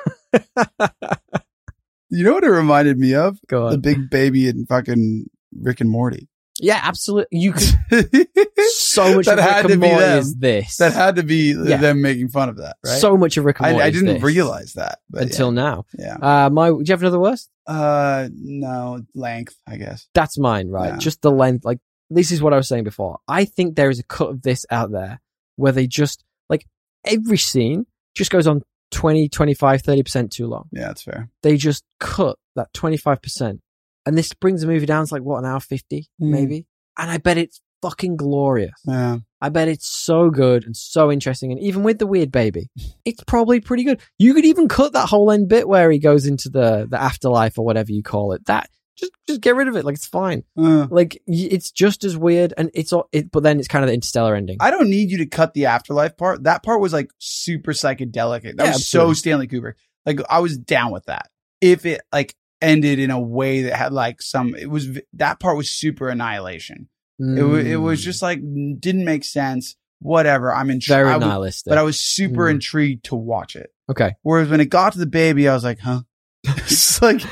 B: You know what it reminded me of?
A: go
B: The
A: on.
B: big baby in fucking Rick and Morty.
A: yeah, absolutely. You could
B: that
A: so much
B: That
A: of
B: had
A: Rick
B: to
A: and
B: be
A: Morty
B: them.
A: is this.
B: had to be
A: Yeah.
B: them making fun of that, right?
A: So much of Rick and
B: I,
A: Morty.
B: I
A: is
B: didn't
A: this
B: realize that but
A: until now.
B: yeah.
A: Uh, my, do you have another worst?
B: yeah. Uh, no length, I guess.
A: That's mine, right?
B: Yeah.
A: Just the length. Like, this is what I was saying before. I think there is a cut of this out there where they just, like, every scene just goes on 20, 25, 30% too long.
B: Yeah, that's fair.
A: They just cut that 25%. And this brings the movie down to like, what, an hour 50,
B: Mm.
A: maybe? And I bet it's fucking glorious.
B: Yeah.
A: I bet it's so good and so interesting. And even with the weird baby, it's probably pretty good. You could even cut that whole end bit where he goes into the, the afterlife or whatever you call it. That just, just get rid of it. Like it's fine.
B: Uh,
A: Like y- it's just as weird. And it's all, it, but then it's kind of the interstellar ending.
B: I don't need you to cut the afterlife part. That part was like super psychedelic. That
A: Yeah,
B: was so
A: absolutely.
B: Stanley Kubrick. Like I was down with that. If it like ended in a way that had like some, it was that part was super annihilation. It wa- it was
A: Mm.
B: just like didn't make sense. Whatever. I'm intrigued,
A: very
B: I was-
A: nihilistic.
B: but I was super
A: Mm.
B: intrigued to watch it.
A: okay.
B: Whereas when it got to the baby, I was like, huh? it's like,
A: What?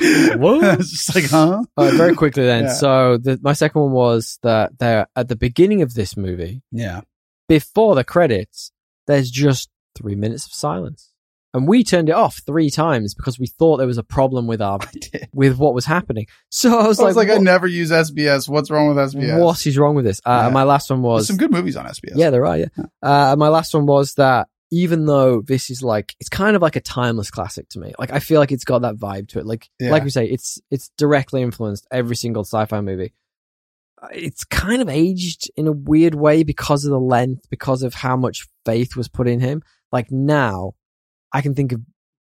B: I was just like, huh?
A: All right, very quickly then.
B: Yeah.
A: So the, my second one was that there at the beginning of this movie,
B: yeah.
A: before the credits, there's just three minutes of silence. And we turned it off three times because we thought there was a problem with our
B: I did.
A: with what was happening. So I was
B: I was
A: like,
B: like, I never use SBS. What's wrong with
A: what,
B: SBS?
A: what is wrong with this? Uh,
B: Yeah.
A: and My last one
B: There's
A: was
B: some good movies on SBS.
A: yeah, there are yeah. Uh, and my last one was that even though this is like it's kind of like a timeless classic to me. Like I feel like it's got that vibe to it. Like
B: Yeah.
A: like we say, it's it's directly influenced every single sci-fi movie. Uh, It's kind of aged in a weird way because of the length, because of how much faith was put in him. Like now, I can think of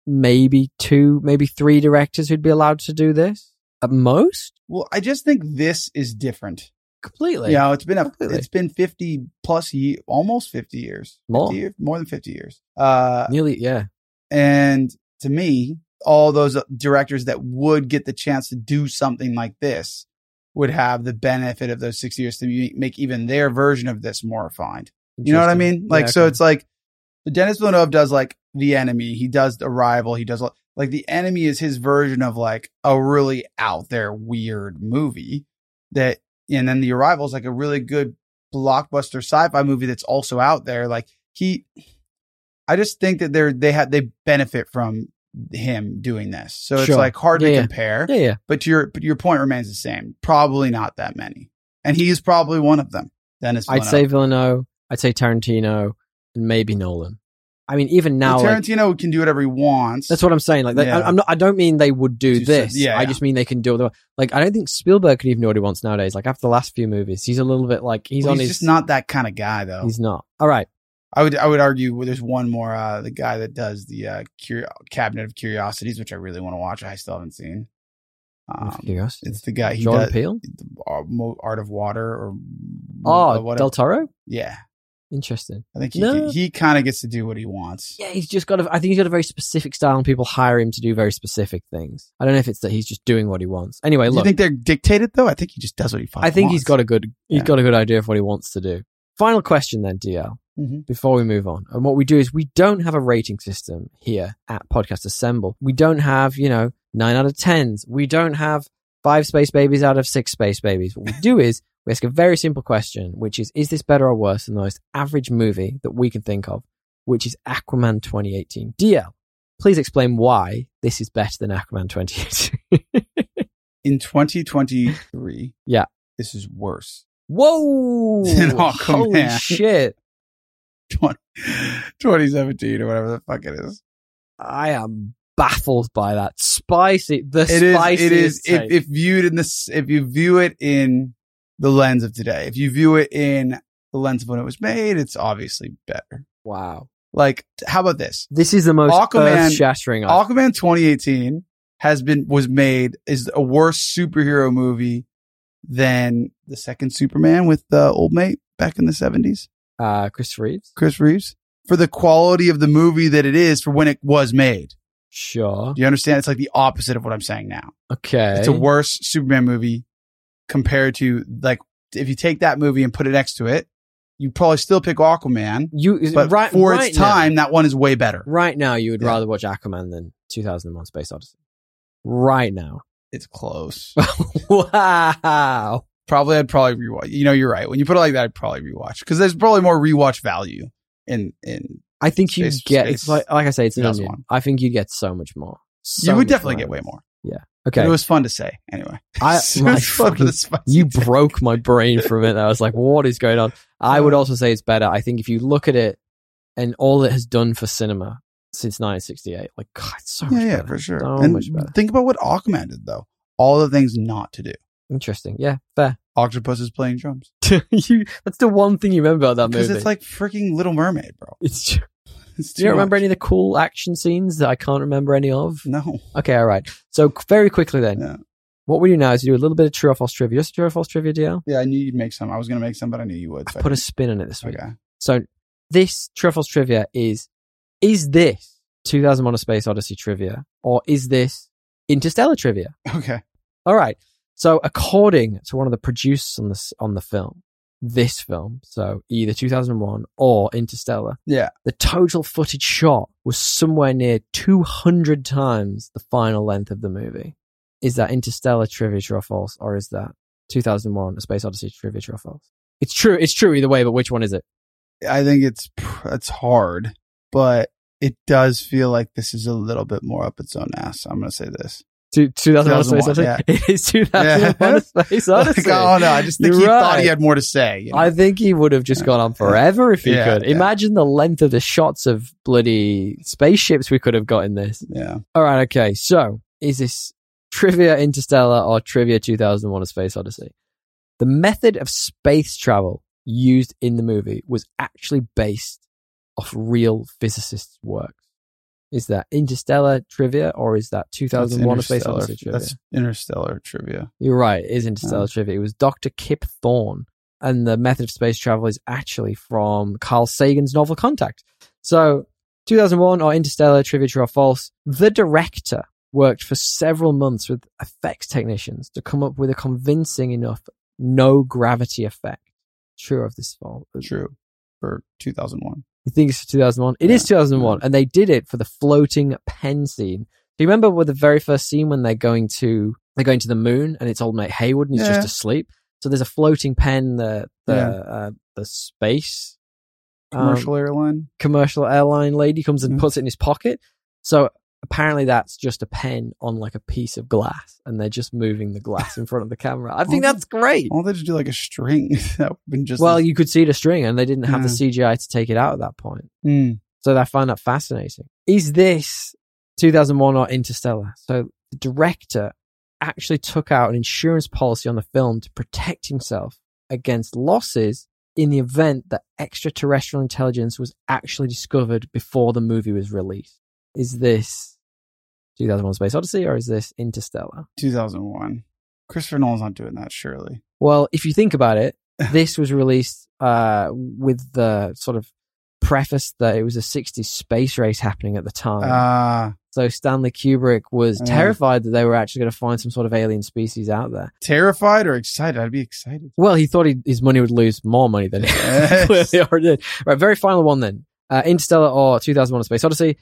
A: maybe two, maybe three directors who'd be allowed to do this at most.
B: Well, I just think this is different.
A: Completely.
B: you know, it's been a,
A: Completely.
B: it's been 50 plus ye almost 50 years,
A: More.
B: 50 years, more than 50 years. Uh,
A: Nearly. Yeah.
B: and to me, all those uh, directors that would get the chance to do something like this would have the benefit of those 60 years to be- make even their version of this more refined. You know what I
A: Interesting.
B: mean? Like,
A: Yeah,
B: so
A: okay.
B: it's like Dennis Villeneuve does like the enemy. He does the rival. He does like, like the enemy is his version of like a really out there weird movie that, and then the arrival is like a really good blockbuster sci-fi movie that's also out there. Like he, I just think that they're, they had, they benefit from him doing this. So it's
A: Sure.
B: like hard
A: Yeah,
B: to
A: yeah.
B: compare,
A: yeah, yeah.
B: but your, but your point remains the same. Probably not that many. And he's probably one of them. Dennis
A: I'd
B: Villeneuve.
A: say Villeneuve. I'd say Tarantino, and maybe Nolan. I mean, even now,
B: Well,
A: like,
B: Tarantino can do whatever he wants.
A: That's what I'm saying. Like, they,
B: Yeah.
A: I, am not. I don't mean they would do
B: Do
A: this.
B: some- yeah,
A: I
B: yeah.
A: just mean they can do it. Like, I don't think Spielberg could even do what he wants nowadays. Like after the last few movies, he's a little bit like he's
B: Well,
A: on his.
B: just not that kind of guy, though.
A: He's not. All right.
B: I would I would argue well, there's one more uh, the guy that does the uh, Curi- Cabinet of Curiosities, which I really want to watch. I still haven't seen. Um,
A: Curiosity.
B: it's the guy he
A: Jordan
B: does
A: Peele.
B: the Ar- Mo- Art of Water or
A: Oh,
B: or whatever.
A: Del Toro.
B: yeah,
A: Interesting.
B: I think he
A: No.
B: can- he kind of gets to do what he wants.
A: Yeah, he's just got. A, I think he's got a very specific style, and people hire him to do very specific things. I don't know if it's that he's just doing what he wants. Anyway,
B: Do you
A: look.
B: think they're dictated though? I think he just does what he fucking
A: I think he's got
B: wants.
A: a good. He's
B: Yeah.
A: got a good idea of what he wants to do. Final question then, DL.
B: Mhm.
A: before we move on. And what we do is we don't have a rating system here at Podcast Assemble. We don't have, you know, nine out of tens. We don't have five space babies out of six space babies. What we do is we ask a very simple question, which is Is this better or worse than the most average movie that we can think of, which is Aquaman 2018? DL, please explain why this is better than Aquaman 2018.
B: in 2023.
A: Yeah.
B: this is worse.
A: Whoa!
B: An Aquaman.
A: Holy shit.
B: 20, 2017 or whatever the fuck it is.
A: I am baffled by that. Spicy. The
B: It is.
A: spiciest
B: It is.
A: take.
B: If, if viewed in this, if you view it in the lens of today, if you view it in the lens of when it was made, it's obviously better.
A: Wow.
B: Like, how about this?
A: This is the most
B: Aquaman-
A: earth-shattering. I've-
B: Aquaman 2018 has been was made is a worse superhero movie than the second Superman with the old mate back in the 70s,
A: uh, Chris Reeves.
B: Chris Reeves. For the quality of the movie that it is for when it was made.
A: Sure.
B: Do you understand? It's like the opposite of what I'm saying now.
A: Okay.
B: It's a worse Superman movie compared to like if you take that movie and put it next to it, you probably still pick Aquaman,
A: You is-
B: but
A: right
B: for
A: right
B: its
A: now-
B: time, that one is way better.
A: right now, you would
B: Yeah.
A: rather watch Aquaman than 2001: Space Odyssey. Right now.
B: It's close.
A: wow.
B: probably, I'd probably rewatch. You know, you're right. When you put it like that, I'd probably rewatch because there's probably more rewatch value in in.
A: I think you
B: Space-
A: get
B: space-
A: it's like like I say, it's an
B: 2001.
A: onion. I think you get so much more. So
B: you would
A: much
B: definitely get way more. But
A: Okay.
B: It was fun to say anyway.
A: I-
B: It
A: my
B: was fun for
A: fucking-
B: the spicy
A: you
B: take.
A: broke my brain for a minute. I was like, what is going on? I would also say it's better. I think if you look at it and all it has done for cinema, since 1968. Like, God, it's so
B: Yeah,
A: much
B: yeah,
A: better.
B: for sure.
A: So
B: and
A: much better.
B: think about what Aquaman did though. All the things not to do.
A: Interesting. Yeah, fair.
B: Octopus is playing drums
A: you, that's the one thing you remember about that
B: because
A: movie.
B: it's like freaking Little Mermaid, bro.
A: It's ju-
B: It's
A: do you
B: too
A: remember
B: much.
A: any of the cool action scenes that I can't remember any of?
B: No.
A: Okay, all right. So c- very quickly then,
B: Yeah.
A: what we do now is we do a little bit of true or false trivia. Just true or false trivia, DL.
B: Yeah, I knew you'd make some. I was gonna make some, but I knew you would.
A: I
B: so
A: put a spin on it this week.
B: okay.
A: So this true or false trivia is: is this 2001: A Space Odyssey trivia, or is this Interstellar trivia?
B: Okay.
A: All right. So, according to one of the producers on this on the film, this film, so either 2001 or Interstellar,
B: Yeah.
A: the total footage shot was somewhere near 200 times the final length of the movie. Is that Interstellar trivia true or false, or is that 2001: A Space Odyssey trivia true or false? It's true. It's true either way, but which one is it?
B: I think it's pr- it's hard, but it does feel like this is a little bit more up its own ass. I'm gonna say this.
A: Two, 2001: A Space
B: 2001,
A: Odyssey. It is 2001: A Space Odyssey.
B: Like, oh no, I just think
A: You're
B: he thought he
A: right.
B: had more to say. you know?
A: I think he would have just
B: Yeah.
A: gone on forever if he
B: Yeah,
A: could.
B: yeah.
A: Imagine the length of the shots of bloody spaceships we could have got in this.
B: yeah.
A: All right, okay. So, is this Trivia Interstellar or Trivia 2001 A Space Odyssey? The method of space travel used in the movie was actually based off real physicists' work. Is that Interstellar trivia or is that 2001 A
B: That's
A: Space
B: interstellar-
A: Odyssey trivia?
B: That's interstellar trivia.
A: You're right. It is interstellar
B: Oh.
A: trivia. It was Dr. Kip Thorne. And the method of space travel is actually from Carl Sagan's novel Contact. So, 2001 or Interstellar, trivia true or false, the director worked for several months with effects technicians to come up with a convincing enough no gravity effect. True of this fall.
B: True for 2001.
A: You think it's 2001? It is 2001. And they did it for the floating pen scene. Do you remember with the very first scene when they're going to they're going to the moon and it's old mate Hayward and he's
B: Yeah.
A: just asleep? So there's a floating pen, the the
B: Yeah.
A: uh, the space um,
B: Commercial airline.
A: commercial airline lady comes and
B: Mm.
A: puts it in his pocket. So apparently that's just a pen on like a piece of glass, and they're just moving the glass in front of the camera. I think
B: Oh.
A: that's great.
B: Why don't they just do like a string? that would have been just
A: Well,
B: as-
A: you could see the string, and they didn't have
B: Mm.
A: the CGI to take it out at that point.
B: Hmm.
A: So I find that fascinating. Is this 2001 or Interstellar? So the director actually took out an insurance policy on the film to protect himself against losses in the event that extraterrestrial intelligence was actually discovered before the movie was released. Is this 2001 Space Odyssey or is this Interstellar?
B: 2001. Christopher Nolan's not doing that, surely.
A: Well, if you think about it, this was released uh, with the sort of preface that it was a 60s space race happening at the time.
B: Ah,
A: So Stanley Kubrick was
B: Mm.
A: terrified that they were actually going to find some sort of alien species out there.
B: terrified or excited? I'd be excited.
A: Well, he thought he, his money would lose more money than it
B: Yes.
A: clearly already did. Right, very final one then. Uh, Interstellar or 2001 A Space Odyssey.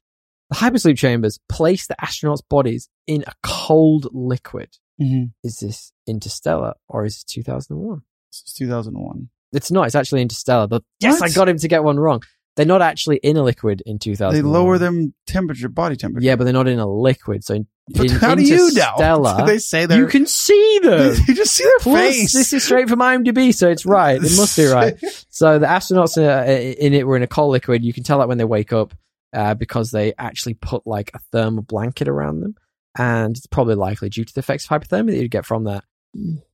A: The hypersleep chambers place the astronauts' bodies in a cold liquid.
B: Mm-hmm.
A: Is this Interstellar or is it 2001?
B: It's 2001.
A: It's not. It's actually Interstellar, but yes,
B: What?
A: I got him to get one wrong. They're not actually in a liquid in 2001.
B: They lower them temperature, body temperature.
A: Yeah, but they're not in a liquid. So in,
B: But
A: in
B: how do you know?
A: Interstellar,
B: they say they're.
A: you can see them.
B: you just see their
A: Plus,
B: face.
A: this is straight from IMDb, so it's right. It must be right. So the astronauts uh, in it were in a cold liquid. You can tell that when they wake up uh, because they actually put like a thermal blanket around them, and it's probably likely due to the effects of hypothermia that you'd get from that.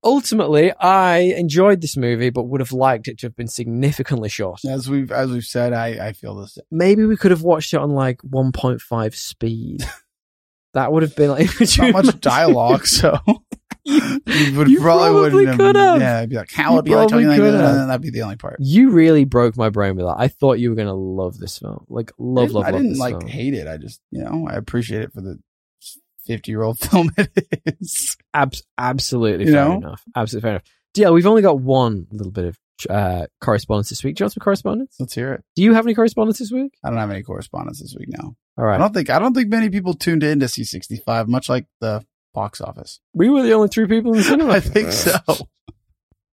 A: Ultimately, I enjoyed this movie, but would have liked it to have been significantly shorter.
B: As we've as we've said, I I feel this.
A: Maybe we could have watched it on like 1.5 speed. That would have been like
B: Not much dialogue, so
A: You-
B: would-
A: you probably
B: wouldn't
A: could have.
B: Yeah, I'd be like, how
A: You
B: would be like
A: probably
B: something like
A: could
B: that?
A: have.
B: And that'd be the only part.
A: You really broke my brain with that. I thought you were gonna love this film, like
B: I
A: love,
B: didn't-
A: love,
B: I
A: love
B: didn't
A: this
B: like
A: film.
B: hate it. I just you know I appreciate it for the fifty year old film it is.
A: Abs- absolutely
B: You
A: fair
B: know?
A: enough. Absolutely fair enough. DL, we've only got one little bit of uh, correspondence this week. Do you want some correspondence?
B: Let's hear it.
A: Do you have any correspondence this week?
B: I don't have any correspondence this week now.
A: All
B: I
A: right,
B: don't think I don't think many people tuned in to see sixty five, much like the box office.
A: we were the only three people in the cinema.
B: I think so.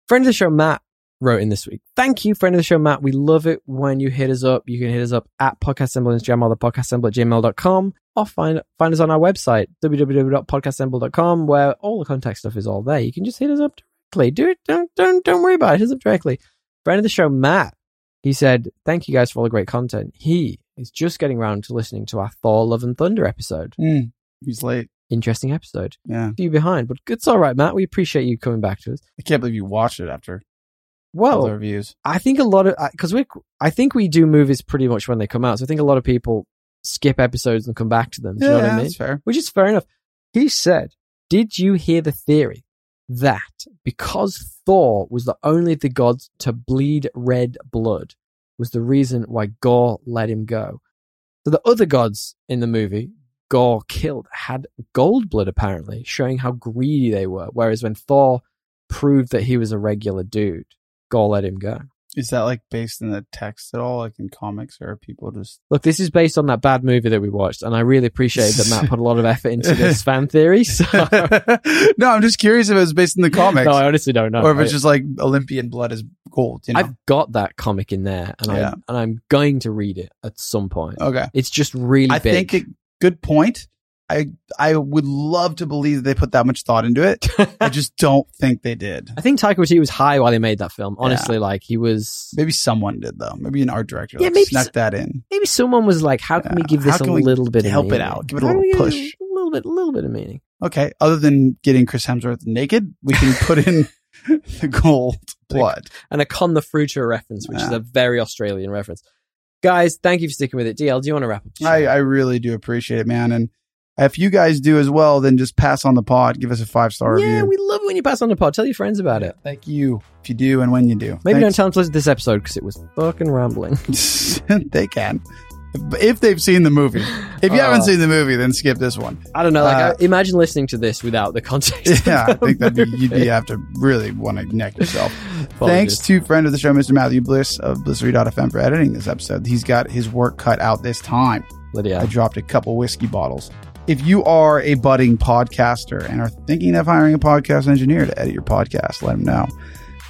A: Friend of the show, Matt. Wrote in this week. Thank you, friend of the show, Matt. We love it when you hit us up. You can hit us up at podcastemble on Instagram or the podcastemble at gmail.com or find, find us on our website, www.podcastemble.com, where all the contact stuff is all there. You can just hit us up directly. Do it. Don't, don't, don't worry about it. Hit us up directly. Friend of the show, Matt, He said, Thank you guys for all the great content. He is just getting round to listening to our Thor Love and Thunder episode.
B: Mm, he's late.
A: Interesting episode.
B: Yeah.
A: Few behind, but it's all right, Matt. We appreciate you coming back to us.
B: I can't believe you watched it after all the
A: Well,
B: reviews.
A: I think a lot of because we, I think we do movies pretty much when they come out. So I think a lot of people skip episodes and come back to them. Do you know what I mean?
B: that's fair.
A: Which is fair enough. He said, "Did you hear the theory that because Thor was the only of the gods to bleed red blood, was the reason why Gore let him go? So the other gods in the movie." Gore killed had gold blood apparently, showing how greedy they were. Whereas when Thor proved that he was a regular dude, Gore let him go.
B: Is that like based in the text at all, like in comics, or are people just
A: Look, this is based on that bad movie that we watched, and I really appreciate that Matt put a lot of effort into this fan theory. So,
B: no, I'm just curious if it was based in the comics
A: no, I honestly don't know.
B: or if it's
A: I-
B: just like Olympian blood is gold. You know?
A: I've got that comic in there, and
B: Yeah.
A: I'm and I'm going to read it at some point.
B: okay,
A: It's just really
B: I
A: big.
B: think it, good point. I I would love to believe that they put that much thought into it. I just don't think they did.
A: I think Taika Waititi was high while he made that film. Honestly, like he was.
B: Maybe someone did though. Maybe an art director
A: Yeah,
B: like,
A: maybe
B: snuck
A: s-
B: that in.
A: Maybe someone was like, "How can we
B: Yeah,
A: give
B: how
A: this a
B: can we
A: little bit of
B: help it
A: meaning?
B: out? Give it a
A: How do
B: little
A: we give
B: push."
A: it a little bit, little bit of meaning."
B: Okay, other than getting Chris Hemsworth naked, we can put in the gold blood.
A: and a con the fruiter reference, which is
B: Yeah.
A: a very Australian reference. Guys, thank you for sticking with it. DL, do you want to wrap up? the
B: I,
A: show?
B: I really do appreciate it, man. And if you guys do as well, then just pass on the pod. Give us a five star
A: yeah,
B: review.
A: we love it when you pass on the pod. Tell your friends about it.
B: Thank you if you do and when you do.
A: Maybe don't
B: Thanks.
A: tell them to listen to this episode because it was fucking rambling.
B: they can. If, if they've seen the movie. If you
A: Uh,
B: haven't seen the movie, then skip this one.
A: I don't know. Like,
B: Uh,
A: I, imagine listening to this without the context.
B: Yeah, I
A: of the
B: think that you'd
A: movie.
B: be, have to really want to neck yourself.
A: Apologies.
B: Thanks to friend of the show, Mr. Matthew Bliss of Blissery.fm for editing this episode. He's got his work cut out this time. I
A: Lydia.
B: dropped a couple whiskey bottles. If you are a budding podcaster and are thinking of hiring a podcast engineer to edit your podcast, let him know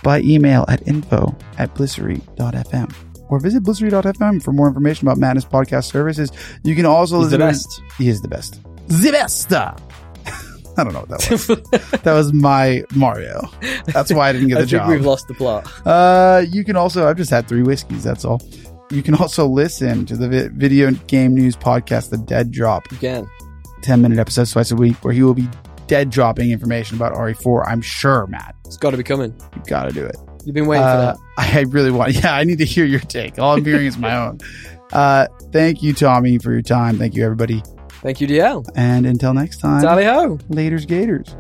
B: by email at info at blissery.fm or visit blissery.fm for more information about Madness Podcast Services. You can also
A: He's the
B: listen
A: best.
B: to- He is the best. The best. I don't know what that was. that was my Mario. That's why I didn't get
A: I
B: the
A: think
B: job.
A: we've lost the plot.
B: Uh, you can also, I've just had three whiskeys, that's all. You can also listen to the vi- video game news podcast, The Dead Drop,
A: Again.
B: 10 minute episodes twice a week, where he will be dead dropping information about RE4. I'm sure, Matt.
A: It's got to be coming.
B: You gotta do it.
A: You've been waiting
B: Uh, I really want, yeah, I need to hear your take. All I'm hearing is my own. Uh, thank you, Tommy, for your time. Thank you, everybody.
A: for that. Thank you, DL.
B: And until next time,
A: Tally ho.
B: Laters Gators.